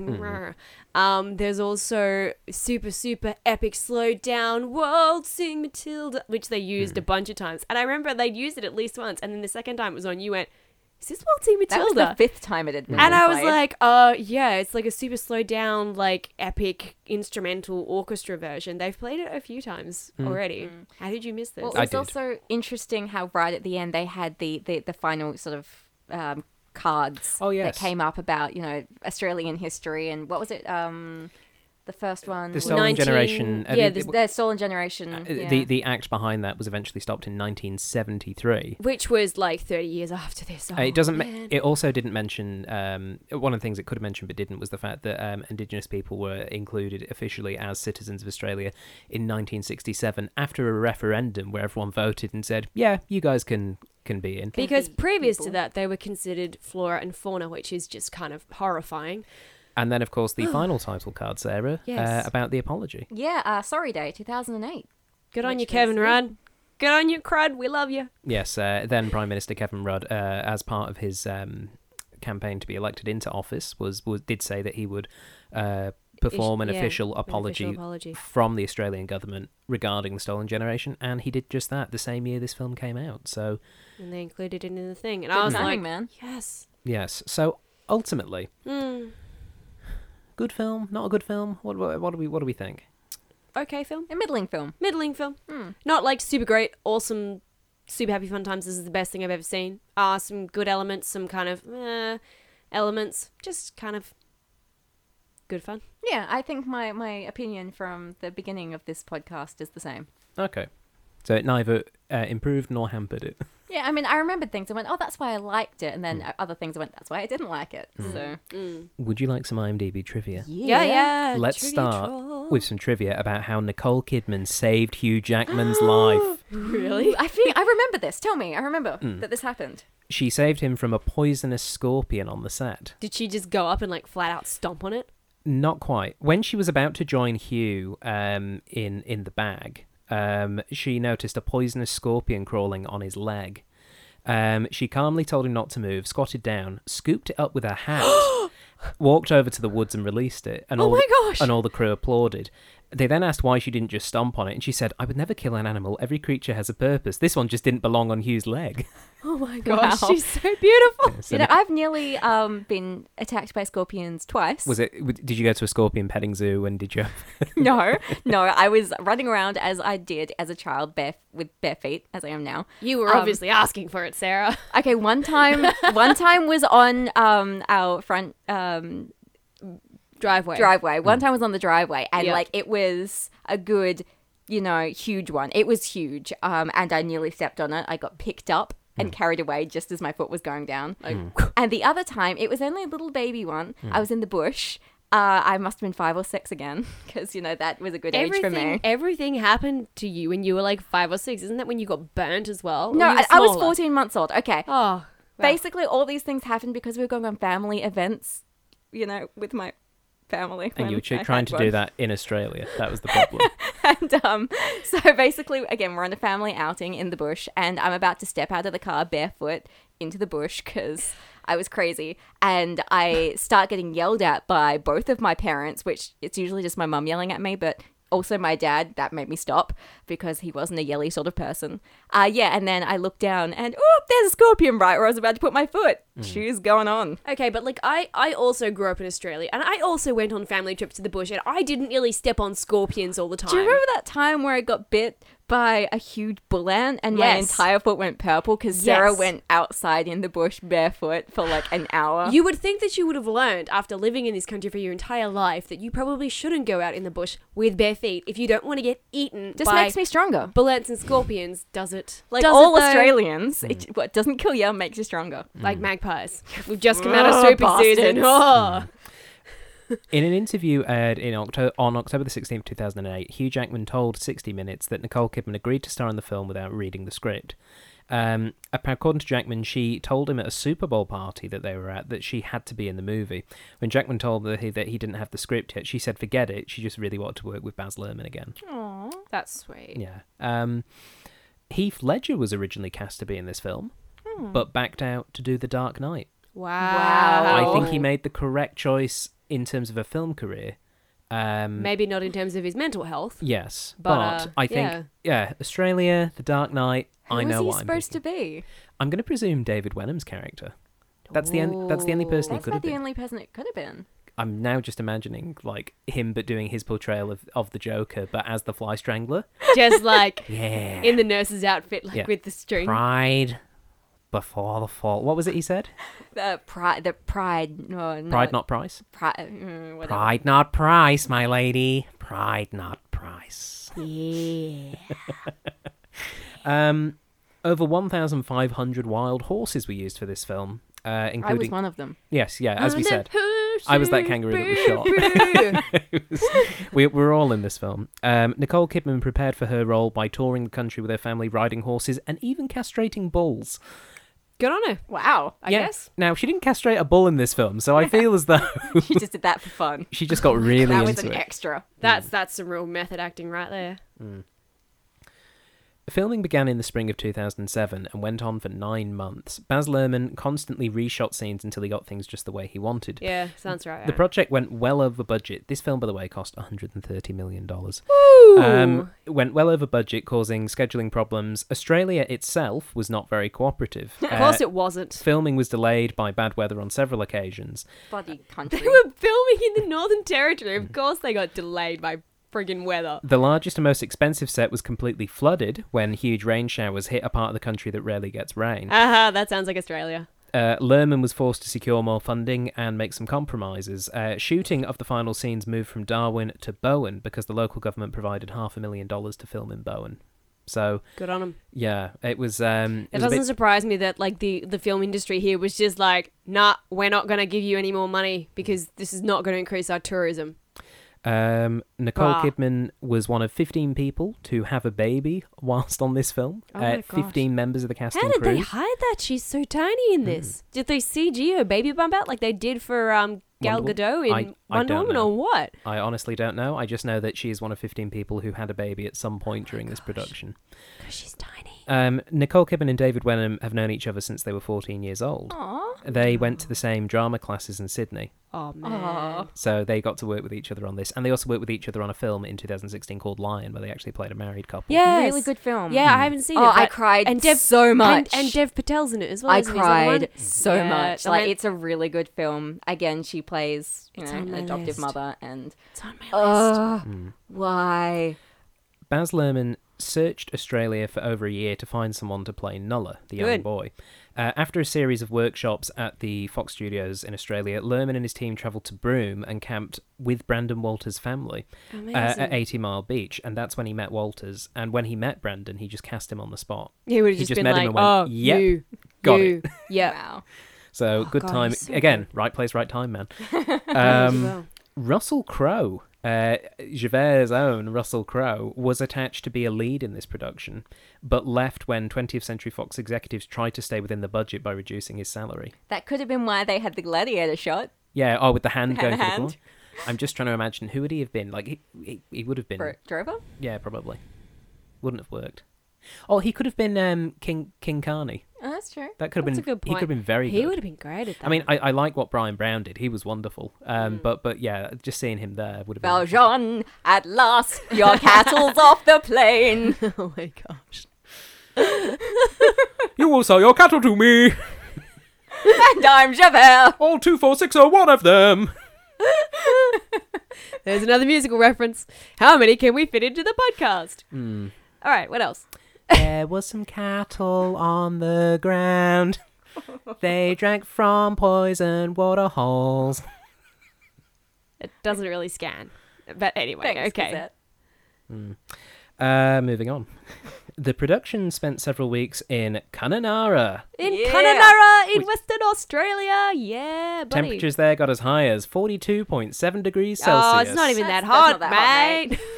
Speaker 2: um, there's also super, super epic slow down world sing Matilda, which they used a bunch of times. And I remember they used it at least once. And then the second time it was on, you went, Is this waltzing
Speaker 3: that was
Speaker 2: Matilda?
Speaker 3: the fifth time it had been.
Speaker 2: and I was
Speaker 3: played.
Speaker 2: like, uh, yeah, it's like a super slow down, like epic instrumental orchestra version. They've played it a few times already. How did you miss this?
Speaker 3: Hmm. Well,
Speaker 1: Hmm. I
Speaker 3: it's
Speaker 1: did.
Speaker 3: also interesting how right at the end they had the the, the final sort of um, cards
Speaker 1: Oh, yes.
Speaker 3: that came up about you know Australian history and what was it? Um, the first one.
Speaker 1: The
Speaker 3: was-
Speaker 1: Stolen
Speaker 2: Mm. Nineteen-
Speaker 1: Generation. uh,
Speaker 3: yeah,
Speaker 1: the,
Speaker 3: the, the Stolen Generation.
Speaker 1: the,
Speaker 3: yeah.
Speaker 1: Uh, the, the act behind that was eventually stopped in 1973.
Speaker 2: which was like 30 years after this.
Speaker 1: Uh, it
Speaker 2: Oh,
Speaker 1: doesn't. Me-
Speaker 2: man.
Speaker 1: it also didn't mention. Um, one of the things it could have mentioned but didn't was the fact that um, Indigenous people were included officially as citizens of Australia in 1967 after a referendum where everyone voted and said, "Yeah, you guys can can be in."
Speaker 2: because
Speaker 3: be
Speaker 2: previous to
Speaker 3: people.
Speaker 2: that, they were considered flora and fauna, which is just kind of horrifying.
Speaker 1: And then, of course, the final title card, Sarah,
Speaker 2: Yes.
Speaker 1: uh, about the apology.
Speaker 3: yeah, uh, Sorry Day, two thousand and eight.
Speaker 2: Good on
Speaker 3: Which
Speaker 2: you, Kevin
Speaker 3: was-
Speaker 2: Rudd. Good on you, Crud. We love you.
Speaker 1: Yes, uh, then Prime Minister Kevin Rudd, uh, as part of his um, campaign to be elected into office, was, was did say that he would uh, perform an
Speaker 2: yeah,
Speaker 1: official
Speaker 2: an official
Speaker 1: apology
Speaker 2: apology.
Speaker 1: from the Australian government regarding the Stolen Generation, and he did just that the same year this film came out. So
Speaker 2: And they included it in the thing. And I was
Speaker 3: timing,
Speaker 2: like,
Speaker 3: man.
Speaker 2: yes.
Speaker 1: yes, so ultimately,
Speaker 2: Hmm.
Speaker 1: good film, not a good film. What, what what do we what do we think?
Speaker 2: Okay, film.
Speaker 3: A middling film.
Speaker 2: Middling film.
Speaker 3: Hmm.
Speaker 2: Not like super great, awesome, super happy fun times. This is the best thing I've ever seen. Ah, some good elements, some kind of eh, elements. Just kind of good fun.
Speaker 3: Yeah, I think my, my opinion from the beginning of this podcast is the same.
Speaker 1: Okay, so it neither uh, improved nor hampered it.
Speaker 3: Yeah, I mean, I remembered things. I went, oh, that's why I liked it. And then
Speaker 1: Hmm.
Speaker 3: uh, other things I went, that's why I didn't like it. So,
Speaker 1: Would you like some IMDb trivia?
Speaker 2: Yeah, yeah.
Speaker 1: Let's
Speaker 2: trivia
Speaker 1: start
Speaker 2: troll.
Speaker 1: with some trivia about how Nicole Kidman saved Hugh Jackman's life. Mm.
Speaker 2: Really?
Speaker 3: I think I remember this. Tell me, I remember that this happened.
Speaker 1: She saved him from a poisonous scorpion on the set.
Speaker 2: Did she just go up and like flat out stomp on it?
Speaker 1: Not quite. When she was about to join Hugh um, in in the bag, um, she noticed a poisonous scorpion crawling on his leg. Um, she calmly told him not to move, squatted down, scooped it up with her hand, walked over to the woods and released it. And
Speaker 2: Oh
Speaker 1: all
Speaker 2: my
Speaker 1: the-
Speaker 2: gosh.
Speaker 1: And all the crew applauded. They then asked why she didn't just stomp on it, and she said, "I would never kill an animal. Every creature has a purpose. This one just didn't belong on Hugh's leg."
Speaker 2: Oh my gosh,
Speaker 3: Wow.
Speaker 2: she's so beautiful.
Speaker 1: So
Speaker 3: You know, I've nearly um, been attacked by scorpions twice.
Speaker 1: was it? w- Did you go to a scorpion petting zoo, and did you?
Speaker 3: no, no. I was running around as I did as a child, bare with bare feet, as I am now.
Speaker 2: You were
Speaker 3: Um,
Speaker 2: obviously asking for it, Sarah.
Speaker 3: Okay, one time, one time was on um, our front um,
Speaker 2: Driveway.
Speaker 3: driveway. One
Speaker 1: Hmm.
Speaker 3: time was on the driveway, and
Speaker 2: Yeah.
Speaker 3: like it was a good, you know, huge one. It was huge, um, and I nearly stepped on it. I got picked up
Speaker 1: Hmm.
Speaker 3: and carried away just as my foot was going down.
Speaker 1: Mm.
Speaker 3: Like, And the other time, it was only a little baby one.
Speaker 1: Hmm.
Speaker 3: I was in the bush. Uh, I must have been five or six again, because you know that was a good age for me.
Speaker 2: Everything, everything happened to you when you were like five or six. Isn't that when you got burnt as well? Or
Speaker 3: No,
Speaker 2: you were
Speaker 3: I, I was
Speaker 2: smaller?
Speaker 3: fourteen months old. Okay,
Speaker 2: Oh, well,
Speaker 3: basically all these things happened because we were going on family events, you know, with my family.
Speaker 1: And you
Speaker 3: when
Speaker 1: were
Speaker 3: I
Speaker 1: ch-
Speaker 3: had
Speaker 1: trying to
Speaker 3: one.
Speaker 1: do that in Australia. That was the problem.
Speaker 3: and um, so basically, again, we're on a family outing in the bush, and I'm about to step out of the car barefoot into the bush because I was crazy, and I start getting yelled at by both of my parents, which it's usually just my mum yelling at me, but. Also, my dad, that made me stop because he wasn't a yelly sort of person. Uh, yeah, and then I looked down and, oh, there's a scorpion right where I was about to put my foot. Shoes going on.
Speaker 2: okay, but like I, I also grew up in Australia, and I also went on family trips to the bush, and I didn't really step on scorpions all the time.
Speaker 3: Do you remember that time where I got bit by a huge bull ant and my
Speaker 2: Yes.
Speaker 3: entire foot went purple because Sarah
Speaker 2: Yes.
Speaker 3: went outside in the bush barefoot for like an hour?
Speaker 2: You would think that you would have learned after living in this country for your entire life that you probably shouldn't go out in the bush with bare feet if you don't want to get eaten.
Speaker 3: just
Speaker 2: by
Speaker 3: makes me stronger.
Speaker 2: bullets and scorpions. Does it? Like
Speaker 3: Like all Australians,
Speaker 1: Mm.
Speaker 3: it, what doesn't kill you makes you stronger.
Speaker 2: like magpies. We've just come out of
Speaker 3: Ugh,
Speaker 2: soapy season.
Speaker 3: bastards.
Speaker 2: Oh.
Speaker 1: In an interview aired in Octo- on October the 16th, 2008, Hugh Jackman told 60 Minutes that Nicole Kidman agreed to star in the film without reading the script. Um, according to Jackman, she told him at a Super Bowl party that they were at that she had to be in the movie. When Jackman told her that he didn't have the script yet, she said, forget it. She just really wanted to work with Baz Luhrmann again.
Speaker 2: That's sweet.
Speaker 1: Mm. Yeah. Um, Heath Ledger was originally cast to be in this film, but backed out to do The Dark Knight.
Speaker 2: Wow.
Speaker 1: I think he made the correct choice in terms of a film career. Um,
Speaker 2: Maybe not in terms of his mental health.
Speaker 1: Yes, but,
Speaker 2: But, uh,
Speaker 1: I think
Speaker 2: yeah.
Speaker 1: yeah. Australia, The Dark Knight.
Speaker 3: Who
Speaker 1: I
Speaker 3: was
Speaker 1: know
Speaker 3: he
Speaker 1: what I'm.
Speaker 3: supposed
Speaker 1: thinking.
Speaker 3: to be?
Speaker 1: I'm going to presume David Wenham's character. That's the only. That's the only
Speaker 2: Ooh.
Speaker 1: person he
Speaker 3: That's
Speaker 1: could have
Speaker 3: about the
Speaker 1: been.
Speaker 3: only person it could have been.
Speaker 1: I'm now just imagining like him, but doing his portrayal of, of the Joker, but as the Fly Strangler.
Speaker 2: Just like
Speaker 1: Yeah.
Speaker 2: in the nurse's outfit, like
Speaker 1: Yeah.
Speaker 2: with the string.
Speaker 1: Pride, before the fall. What was it he said?
Speaker 3: The pride, the pride, no, no,
Speaker 1: Pride, not price.
Speaker 3: pride, mm, whatever.
Speaker 1: Pride, not price, my lady. Pride, not price.
Speaker 3: Yeah.
Speaker 1: Um, over 1,500 wild horses were used for this film, uh,
Speaker 3: I was
Speaker 1: including.
Speaker 3: one of them.
Speaker 1: yes, yeah, as we
Speaker 2: And
Speaker 1: said.
Speaker 2: then who
Speaker 1: I was that
Speaker 2: should
Speaker 1: kangaroo that was
Speaker 2: be
Speaker 1: shot.
Speaker 2: rude?
Speaker 1: we, we're all in this film. Um, Nicole Kidman prepared for her role by touring the country with her family, riding horses, and even castrating bulls.
Speaker 2: Good on her.
Speaker 3: Wow, I guess
Speaker 1: Now, she didn't castrate a bull in this film, so I feel as though
Speaker 3: she just did that for fun.
Speaker 1: she just got really
Speaker 3: that was
Speaker 1: into
Speaker 3: an
Speaker 1: it.
Speaker 3: extra.
Speaker 2: That's that's some real method acting right there.
Speaker 1: Filming began in the spring of 2007 and went on for nine months. Baz Luhrmann constantly reshot scenes until he got things just the way he wanted.
Speaker 2: Yeah, sounds right.
Speaker 1: The
Speaker 2: right.
Speaker 1: project went well over budget. This film, by the way, cost $130 million.
Speaker 2: Ooh.
Speaker 1: Um, it went well over budget, causing scheduling problems. Australia itself was not very cooperative. Uh,
Speaker 2: of course, it wasn't.
Speaker 1: Filming was delayed by bad weather on several occasions.
Speaker 3: Bloody country.
Speaker 2: They were filming in the Northern Territory. Of course, they got delayed by friggin' weather.
Speaker 1: The largest and most expensive set was completely flooded when huge rain showers hit a part of the country that rarely gets rain.
Speaker 2: Aha, Uh-huh, that sounds like Australia.
Speaker 1: Uh, Lerman was forced to secure more funding and make some compromises. Uh, shooting of the final scenes moved from Darwin to Bowen because the local government provided half a million dollars to film in Bowen. So
Speaker 2: Good on them.
Speaker 1: yeah, it was. Um,
Speaker 2: It
Speaker 1: was a
Speaker 2: doesn't
Speaker 1: bit-
Speaker 2: surprise me that like the the film industry here was just like, nah, we're not gonna give you any more money because this is not gonna increase our tourism.
Speaker 1: um, Nicole
Speaker 2: Bah.
Speaker 1: Kidman was one of 15 people to have a baby whilst on this film.
Speaker 3: Oh
Speaker 1: uh,
Speaker 3: my gosh.
Speaker 1: 15 members of the cast
Speaker 2: How
Speaker 1: and Hmm.
Speaker 2: did
Speaker 1: crew.
Speaker 2: they hide that? She's so tiny in this. Did they CG her baby bump out like they did for um, Gal
Speaker 1: Wonder
Speaker 2: Gadot
Speaker 1: Woman?
Speaker 2: in
Speaker 1: I- I
Speaker 2: Wonder
Speaker 1: don't
Speaker 2: Woman,
Speaker 1: know.
Speaker 2: or what?
Speaker 1: I honestly don't know. I just know that she is one of 15 people who had a baby at some point during this production.
Speaker 2: Because she's tiny.
Speaker 1: Um, Nicole Kidman and David Wenham have known each other since they were 14 years old.
Speaker 3: Aw.
Speaker 1: They went to the same drama classes in Sydney,
Speaker 2: Oh man.
Speaker 3: Aw.
Speaker 1: so they got to work with each other on this, and they also worked with each other on a film in 2016 called Lion, where they actually played a married couple.
Speaker 2: Yes.
Speaker 3: Really good film.
Speaker 2: Yeah, I haven't seen
Speaker 3: Oh,
Speaker 2: it.
Speaker 3: I
Speaker 2: but-
Speaker 3: cried
Speaker 2: and Dev,
Speaker 3: so much.
Speaker 2: And, and Dev Patel's in it as well.
Speaker 3: I
Speaker 2: isn't he? Is that the one?
Speaker 3: cried so
Speaker 2: Yeah,
Speaker 3: much.
Speaker 2: I
Speaker 3: Like
Speaker 2: mean,
Speaker 3: it's a really good film. Again, she plays you
Speaker 2: It's
Speaker 3: know
Speaker 2: on
Speaker 3: an
Speaker 2: my
Speaker 3: adoptive
Speaker 2: list.
Speaker 3: mother, and
Speaker 2: it's on my list.
Speaker 3: oh,
Speaker 1: Mm.
Speaker 3: why?
Speaker 1: Baz Luhrmann searched Australia for over a year to find someone to play Nulla, the young
Speaker 2: Good.
Speaker 1: boy. Uh, after a series of workshops at the Fox Studios in Australia, Lerman and his team travelled to Broome and camped with Brandon Walters' family uh, at
Speaker 2: Amazing.
Speaker 1: 80 Mile Beach, and that's when he met Walters. And when he met Brandon, he just cast him on the spot.
Speaker 2: he would have
Speaker 1: he
Speaker 2: just,
Speaker 1: just
Speaker 2: been
Speaker 1: met
Speaker 2: like,
Speaker 1: him and
Speaker 2: oh,
Speaker 1: went, "Yep,
Speaker 2: you,
Speaker 1: got it."
Speaker 2: you, yeah.
Speaker 3: Wow.
Speaker 1: So good
Speaker 2: Oh, God,
Speaker 1: time
Speaker 2: he's so
Speaker 1: again, right place, right time, man.
Speaker 2: as
Speaker 1: Um,
Speaker 2: well.
Speaker 1: Russell Crowe, uh, Javert's own Russell Crowe, was attached to be a lead in this production, but left when 20th Century Fox executives tried to stay within the budget by reducing his salary.
Speaker 3: That could have been why they had the gladiator shot.
Speaker 1: Yeah, oh, with the hand going
Speaker 3: hand.
Speaker 1: for the claw. I'm just trying to imagine who would he have been. Like he, he, he would have been.
Speaker 3: Bro- Drover?
Speaker 1: Yeah, probably. Wouldn't have worked. Oh, he could have been um, King King Carney.
Speaker 3: Oh, that's true.
Speaker 1: That could have
Speaker 2: That's
Speaker 1: been.
Speaker 2: a good
Speaker 1: He could have
Speaker 2: point.
Speaker 1: been very.
Speaker 2: He
Speaker 1: good.
Speaker 2: would have been Mm. great at that.
Speaker 1: I mean, I, I like what Brian Brown did. He was wonderful. Um, but but yeah, just seeing him there would have been.
Speaker 3: Valjean, at last, your cattle's off the plain.
Speaker 2: oh my gosh.
Speaker 1: You will sell your cattle to me.
Speaker 3: And I'm Javert.
Speaker 1: All two, four, six, oh, one of them.
Speaker 2: There's another musical reference. How many can we fit into the podcast?
Speaker 1: Hmm.
Speaker 2: All right, what else?
Speaker 1: there was some cattle on the ground. They drank from poison water holes.
Speaker 2: It doesn't really scan. But anyway,
Speaker 3: Thanks,
Speaker 2: okay.
Speaker 3: Cosette.
Speaker 1: Uh, moving on. The production spent several weeks in Kununurra.
Speaker 2: In
Speaker 3: Yeah.
Speaker 2: Kununurra, in Western Australia. Yeah, buddy.
Speaker 1: Temperatures there got as high as 42.7 degrees Celsius.
Speaker 2: Oh, it's not even
Speaker 3: That's-
Speaker 2: that
Speaker 3: that's
Speaker 2: hot,
Speaker 3: not that hot,
Speaker 2: mate.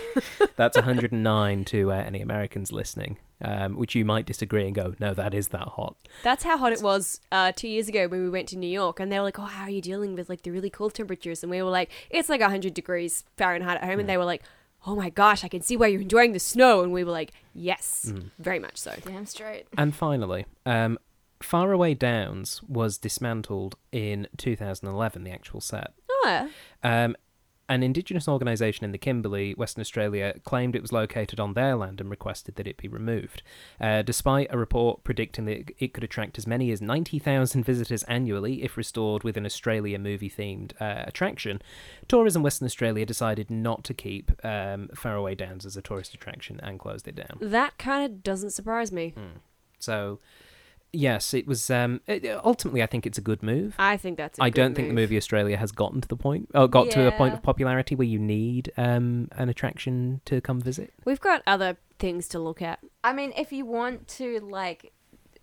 Speaker 1: That's 109 to uh, any Americans listening, um, which you might disagree and go, no, that is that hot.
Speaker 2: That's how hot it was uh, two years ago when we went to New York, and they were like, "Oh, how are you dealing with like the really cold temperatures?" And we were like, "It's like 100 degrees Fahrenheit at home," and they were like, "Oh my gosh, I can see why you're enjoying the snow," and we were like, "Yes,
Speaker 1: Mm.
Speaker 2: very much so."
Speaker 3: Damn straight.
Speaker 1: And finally, um, Faraway Downs was dismantled in 2011, the actual set.
Speaker 2: Oh,
Speaker 1: Um, an Indigenous organisation in the Kimberley, Western Australia, claimed it was located on their land and requested that it be removed, uh, despite a report predicting that it could attract as many as 90,000 visitors annually if restored with an Australia movie themed uh, attraction. Tourism Western Australia decided not to keep um, Faraway Downs as a tourist attraction and closed it down.
Speaker 2: that kind of doesn't surprise me.
Speaker 1: So, yes, it was. Um, it- ultimately, I think it's a good move.
Speaker 2: I think that's. I
Speaker 1: I don't think the movie Australia has gotten to the point, or got to a point
Speaker 3: Yeah.
Speaker 1: of popularity where you need um, an attraction to come visit.
Speaker 2: We've got other things to look at.
Speaker 3: I mean, if you want to like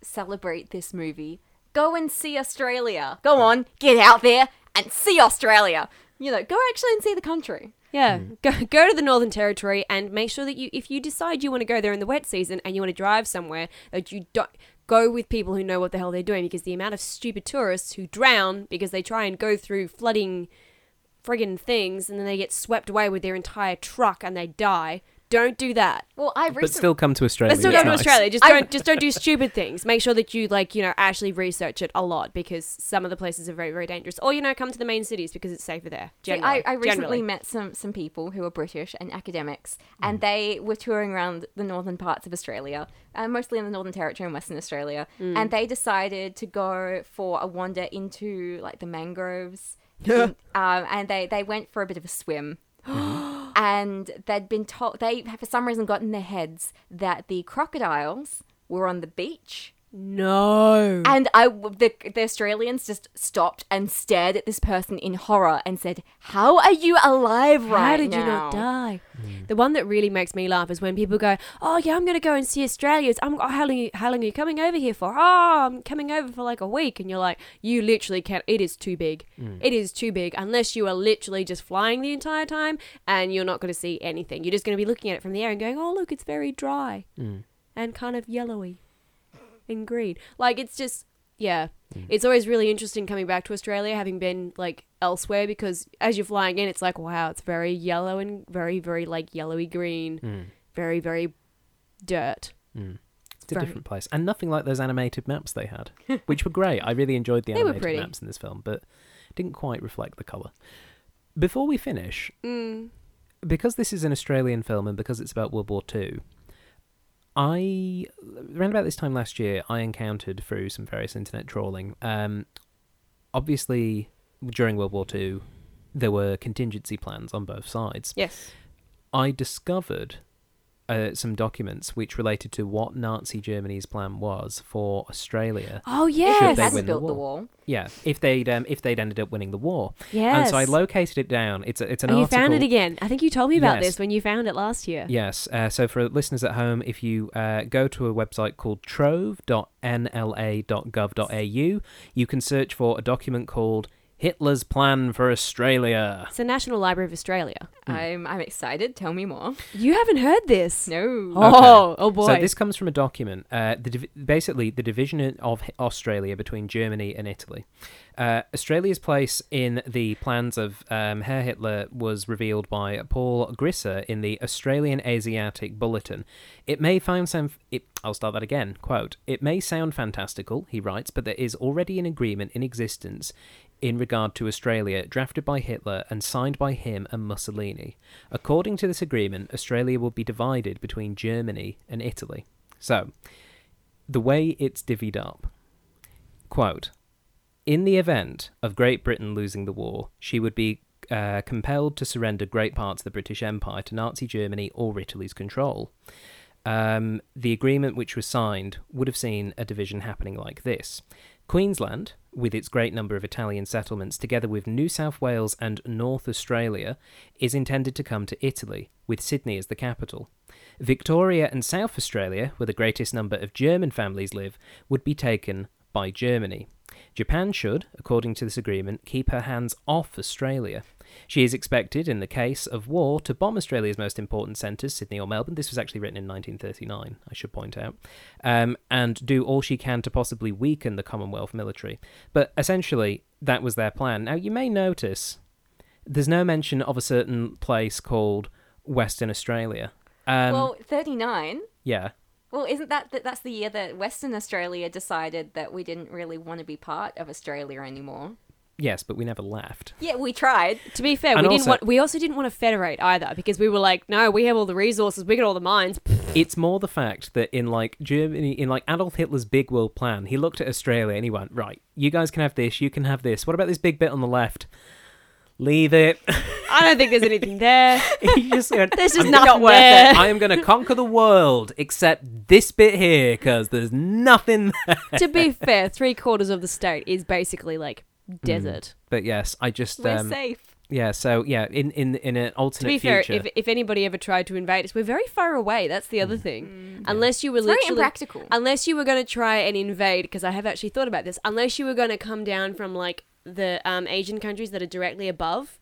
Speaker 3: celebrate this movie, go and see Australia. Go on, get out there and see Australia. You know, go actually and see the country.
Speaker 2: Yeah,
Speaker 1: Mm.
Speaker 2: go, go to the Northern Territory and make sure that you, if you decide you want to go there in the wet season and you want to drive somewhere, that you don't go with people who know what the hell they're doing because the amount of stupid tourists who drown because they try and go through flooding friggin' things and then they get swept away with their entire truck and they die. Don't do that.
Speaker 3: Well, I
Speaker 1: But
Speaker 3: recently
Speaker 1: still come to Australia.
Speaker 2: But still
Speaker 1: it's
Speaker 2: go to
Speaker 1: nice.
Speaker 2: Australia. Just
Speaker 3: I-
Speaker 2: don't just don't do stupid things. Make sure that you like you know actually research it a lot because some of the places are very very dangerous. Or you know come to the main cities because it's safer there.
Speaker 3: See,
Speaker 2: Generally,
Speaker 3: I, I recently
Speaker 2: Generally. Mm.
Speaker 3: met some, some people who are British and academics, and they were touring around the northern parts of Australia, uh, mostly in the Northern Territory and Western Australia.
Speaker 2: Mm.
Speaker 3: And they decided to go for a wander into like the mangroves. in- um, and they, they went for a bit of a swim. and they'd been told, they had for some reason got in their heads that the crocodiles were on the beach.
Speaker 2: no.
Speaker 3: And I, w- the, the Australians just stopped and stared at this person in horror and said, "How are you alive right now?"
Speaker 2: How did you not die? The one that really makes me laugh is when people go, "Oh yeah, I'm gonna go and see Australia's. I'm oh, how long? you- How long are you coming over here for? Oh, I'm coming over for like a week." And you're like, "You literally can't. It is too big. It is too big. Unless you are literally just flying the entire time, and you're not gonna see anything. You're just gonna be looking at it from the air and going, "Oh look, it's very dry and kind of yellowy and green. Like it's just." Yeah, it's always really interesting coming back to Australia, having been like elsewhere, because as you're flying in, it's like wow, it's very yellow and very, very like yellowy green,
Speaker 1: Hmm.
Speaker 2: very, very dirt.
Speaker 1: Mm. It's a
Speaker 2: Right.
Speaker 1: different place, and nothing like those animated maps they had, which were great. I really enjoyed the
Speaker 2: They were
Speaker 1: animated
Speaker 2: pretty.
Speaker 1: maps in this film, but didn't quite reflect the colour. Before we finish,
Speaker 2: mm.
Speaker 1: because this is an Australian film and because it's about World War Two, I around about this time last year, I encountered through some various internet trawling. Um, obviously, during World War Two, there were contingency plans on both sides.
Speaker 2: Yes,
Speaker 1: I discovered uh, some documents which related to what Nazi Germany's plan was for Australia.
Speaker 2: Oh
Speaker 1: Should
Speaker 2: yes,
Speaker 1: they
Speaker 3: Hadn't
Speaker 1: win the
Speaker 3: built the
Speaker 1: wall?
Speaker 3: wall.
Speaker 1: Yeah, if they'd um, if they'd ended up winning the war.
Speaker 2: yes.
Speaker 1: And so I located it down. It's a, it's an
Speaker 2: and you
Speaker 1: article.
Speaker 2: found it again. I think you told me about
Speaker 1: Yes.
Speaker 2: this when you found it last year.
Speaker 1: Yes. Uh, so for listeners at home, if you uh, go to a website called trove.nla.gov.au, you can search for a document called Hitler's Plan for Australia.
Speaker 2: It's the National Library of Australia.
Speaker 3: I'm I'm excited. Tell me more.
Speaker 2: You haven't heard this?
Speaker 3: No.
Speaker 2: Oh, oh boy.
Speaker 1: So this comes from a document, uh, the div- basically the division of H- Australia between Germany and Italy. Uh, Australia's place in the plans of um, Herr Hitler was revealed by Paul Grisser in the Australian Asiatic Bulletin. It may find some. It, I'll start that again. Quote: It may sound fantastical, he writes, but there is already an agreement in existence in regard to Australia, drafted by Hitler and signed by him and Mussolini. According to this agreement, Australia will be divided between Germany and Italy. So, the way it's divvied up. Quote In the event of Great Britain losing the war, she would be uh, compelled to surrender great parts of the British Empire to Nazi Germany or Italy's control. Um, the agreement which was signed would have seen a division happening like this Queensland, with its great number of Italian settlements, together with New South Wales and North Australia, is intended to come to Italy, with Sydney as the capital. Victoria and South Australia, where the greatest number of German families live, would be taken by Germany. Japan should, according to this agreement, keep her hands off Australia. She is expected, in the case of war, to bomb Australia's most important centres, Sydney or Melbourne. This was actually written in 1939, I should point out, um, and do all she can to possibly weaken the Commonwealth military. But essentially, that was their plan. Now, you may notice there's no mention of a certain place called Western Australia. Um,
Speaker 3: well, thirty nine.
Speaker 1: yeah.
Speaker 3: Well, isn't that that that's the year that Western Australia decided that we didn't really want to be part of Australia anymore?
Speaker 1: Yes, but we never left.
Speaker 3: Yeah, we tried.
Speaker 2: To be fair,
Speaker 1: And
Speaker 2: we didn't
Speaker 1: also-
Speaker 2: want. We also didn't want to federate either because we were like, no, we have all the resources, we got all the mines.
Speaker 1: It's more the fact that in like Germany, in like Adolf Hitler's big world plan, he looked at Australia and he went, right, you guys can have this, you can have this. What about this big bit on the left? Leave it.
Speaker 2: I don't think there's anything there.
Speaker 1: You just went,
Speaker 2: There's just
Speaker 1: "I'm
Speaker 2: nothing
Speaker 3: not worth
Speaker 2: there.
Speaker 1: I am going to conquer the world except this bit here because there's nothing there.
Speaker 2: to be fair, three quarters of the state is basically like desert.
Speaker 1: But yes, I just
Speaker 2: We're
Speaker 1: um,
Speaker 2: safe.
Speaker 1: yeah. So yeah, in in in an
Speaker 2: To
Speaker 1: alternate
Speaker 2: be fair,
Speaker 1: future,
Speaker 2: if, if anybody ever tried to invade us, we're very far away. That's the other thing. Unless you were
Speaker 3: Mm. It's very
Speaker 2: literally
Speaker 3: impractical.
Speaker 2: unless you were going to try and invade, because I have actually thought about this. Unless you were going to come down from like the um, Asian countries that are directly above.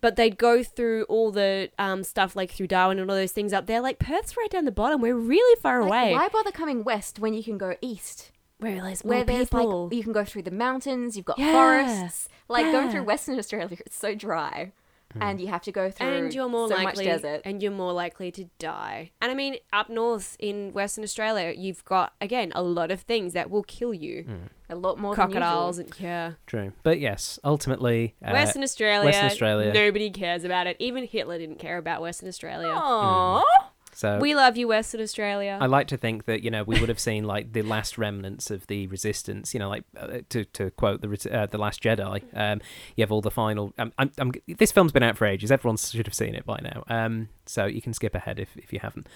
Speaker 2: But they'd go through all the um, stuff like through Darwin and all those things up there. Like Perth's right down the bottom. We're really far
Speaker 3: Like,
Speaker 2: away.
Speaker 3: why bother coming west when you can go east?
Speaker 2: Where there's
Speaker 3: Where
Speaker 2: more
Speaker 3: there's
Speaker 2: people.
Speaker 3: like you can go through the mountains, you've got
Speaker 2: Yeah.
Speaker 3: forests. Like going
Speaker 2: Yeah.
Speaker 3: through Western Australia, it's so dry,
Speaker 1: Hmm.
Speaker 3: and you have to go through
Speaker 2: and you're more
Speaker 3: so
Speaker 2: likely
Speaker 3: much desert.
Speaker 2: and you're more likely to die. And I mean, up north in Western Australia, you've got again a lot of things that will kill you.
Speaker 1: Mm.
Speaker 3: A lot more than usual.
Speaker 2: Crocodiles and yeah.
Speaker 1: true. But yes, ultimately, uh,
Speaker 2: Western Australia.
Speaker 1: Western Australia.
Speaker 2: Nobody cares about it. Even Hitler didn't care about Western Australia.
Speaker 1: Hmm.
Speaker 3: Oh. Aww.
Speaker 1: so
Speaker 2: We love you, Western Australia.
Speaker 1: I like to think that you know we would have seen like the last remnants of the resistance. You know, like uh, to to quote the ret- uh, the Last Jedi. Um, you have all the final. Um, I'm, I'm, this film's been out for ages. Everyone should have seen it by now. Um, so you can skip ahead if, if you haven't.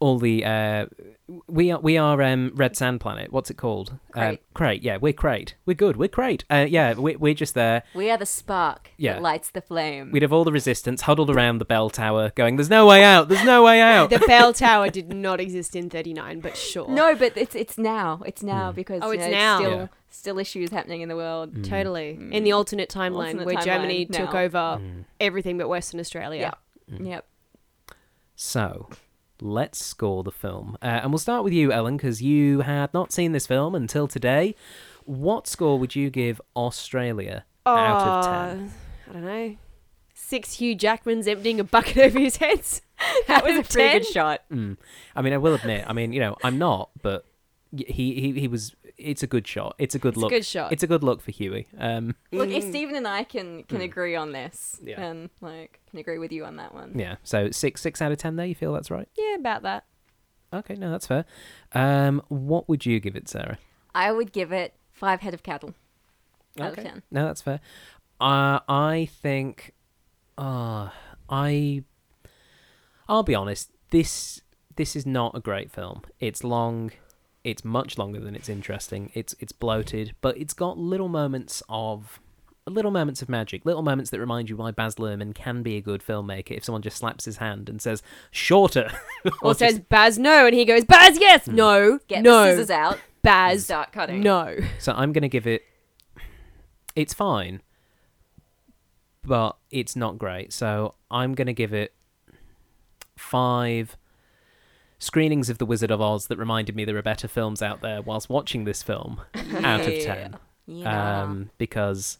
Speaker 1: All the uh, we are we are um, Red Sand Planet. What's it called? Uh,
Speaker 3: Crate.
Speaker 1: crate. Yeah, we're crate. We're good. We're crate. Uh, yeah, we, we're just there.
Speaker 3: We are the spark
Speaker 1: Yeah.
Speaker 3: that lights the flame.
Speaker 1: We'd have all the resistance huddled around the bell tower, going, "There's no way out. There's no way out."
Speaker 2: the bell tower did not exist in 39, but sure.
Speaker 3: no, but it's it's now. It's now because
Speaker 2: Oh,
Speaker 3: you
Speaker 2: it's
Speaker 3: know,
Speaker 2: now.
Speaker 3: still
Speaker 1: Hmm. Yeah.
Speaker 3: still issues happening in the world.
Speaker 1: Mm.
Speaker 2: Totally. In the alternate timeline
Speaker 3: Mm. Alternate
Speaker 2: where
Speaker 3: timeline
Speaker 2: Germany took
Speaker 3: now.
Speaker 2: over
Speaker 1: Mm.
Speaker 2: everything but Western Australia.
Speaker 3: Yeah.
Speaker 1: Hmm.
Speaker 3: Yep.
Speaker 1: So, let's score the film. Uh, and we'll start with you, Ellen, because you had not seen this film until today. What score would you give Australia out of 10?
Speaker 2: Oh, I don't know. Six Hugh Jackmans emptying a bucket over his heads.
Speaker 3: That was a
Speaker 2: Out of
Speaker 3: pretty
Speaker 2: 10?
Speaker 3: good shot.
Speaker 1: I mean, I will admit, I mean, you know, I'm not, but y- he, he, he was. It's a good shot. It's a good
Speaker 2: a
Speaker 1: look.
Speaker 2: good shot.
Speaker 1: It's a good look for Huey. Um,
Speaker 2: Hmm.
Speaker 3: Look, if Stephen and I can can agree on this,
Speaker 1: Hmm. Yeah.
Speaker 3: then like can agree with you on that one.
Speaker 1: yeah. So six six out of ten. There, you feel that's right?
Speaker 2: Yeah, about that.
Speaker 1: Okay, no, that's fair. Um, what would you give it, Sarah?
Speaker 3: I would give it five head of cattle out of ten.
Speaker 1: No, that's fair. Uh, I think, uh, I, I'll be honest. This this is not a great film. It's long. It's much longer than it's interesting. It's it's bloated, but it's got little moments of little moments of magic, little moments that remind you why Baz Luhrmann can be a good filmmaker if someone just slaps his hand and says shorter.
Speaker 2: Or says Baz no, and he goes Baz yes,
Speaker 1: Hmm.
Speaker 2: no,
Speaker 3: Get
Speaker 2: no,
Speaker 3: the scissors out.
Speaker 2: Baz
Speaker 3: Start cutting.
Speaker 2: no.
Speaker 1: So I'm going to give it. It's fine, but it's not great. So I'm going to give it five screenings of The Wizard of Oz that reminded me there are better films out there whilst watching this film out of
Speaker 3: Yeah.
Speaker 1: 10.
Speaker 3: Yeah.
Speaker 1: Um, because.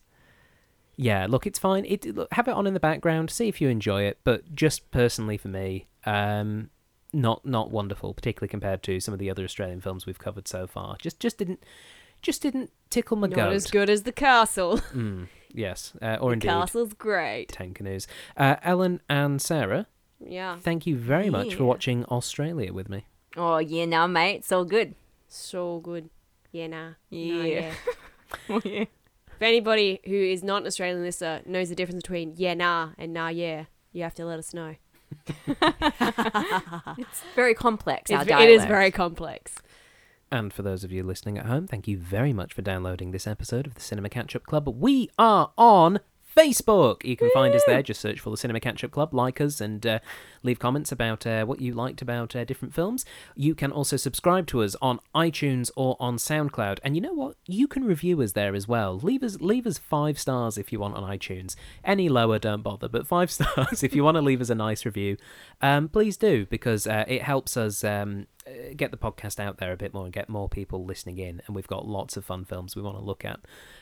Speaker 1: Yeah, look, it's fine. It look, have it on in the background, see if you enjoy it. But just personally for me, um, not not wonderful, particularly compared to some of the other Australian films we've covered so far. Just just didn't just didn't tickle my
Speaker 2: Not
Speaker 1: goat.
Speaker 2: as good as the castle.
Speaker 1: Yes, uh, or indeed
Speaker 2: Castle's great.
Speaker 1: ten canoes. Uh, Ellen and Sarah,
Speaker 2: Yeah,
Speaker 1: thank you very much for
Speaker 3: Yeah.
Speaker 1: watching Australia with me.
Speaker 3: oh yeah, now mate, it's all good.
Speaker 2: so good. Yeah, nah. Nah,
Speaker 3: Yeah.
Speaker 2: yeah.
Speaker 3: Oh, yeah.
Speaker 2: If anybody who is not an Australian listener knows the difference between yeah, nah, and nah, yeah, you have to let us know.
Speaker 3: It's very complex.
Speaker 2: It's,
Speaker 3: our
Speaker 2: ve- it is
Speaker 3: dialect.
Speaker 2: very complex.
Speaker 1: And for those of you listening at home, thank you very much for downloading this episode of the Cinema Catch Up Club. We are on Facebook. You can find us there. Just search for the Cinema Catch Up Club, like us, and uh, leave comments about uh, what you liked about uh, different films. You can also subscribe to us on iTunes or on SoundCloud. And you know what? You can review us there as well. Leave us leave us five stars if you want on iTunes. Any lower, don't bother. But five stars if you want to leave us a nice review. Um, please do because uh, it helps us. Um, uh, get the podcast out there a bit more and get more people listening in. And we've got lots of fun films we want to look at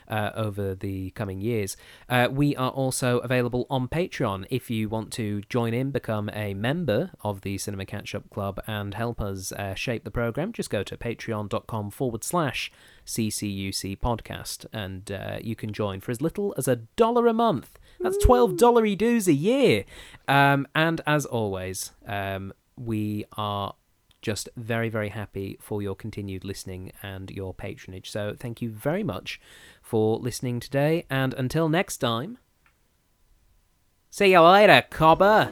Speaker 1: uh, over the coming years. Uh, we are also available on Patreon if you want to join in, become a member of the Cinema Catch Up Club, and help us uh, shape the program. Just go to patreon.com forward slash CCUC podcast and uh, you can join for as little as a dollar a month. That's twelve dollary doos a year. Um, and as always, um, we are just very very happy for your continued listening and your patronage so thank you very much for listening today and until next time See you later, cobber.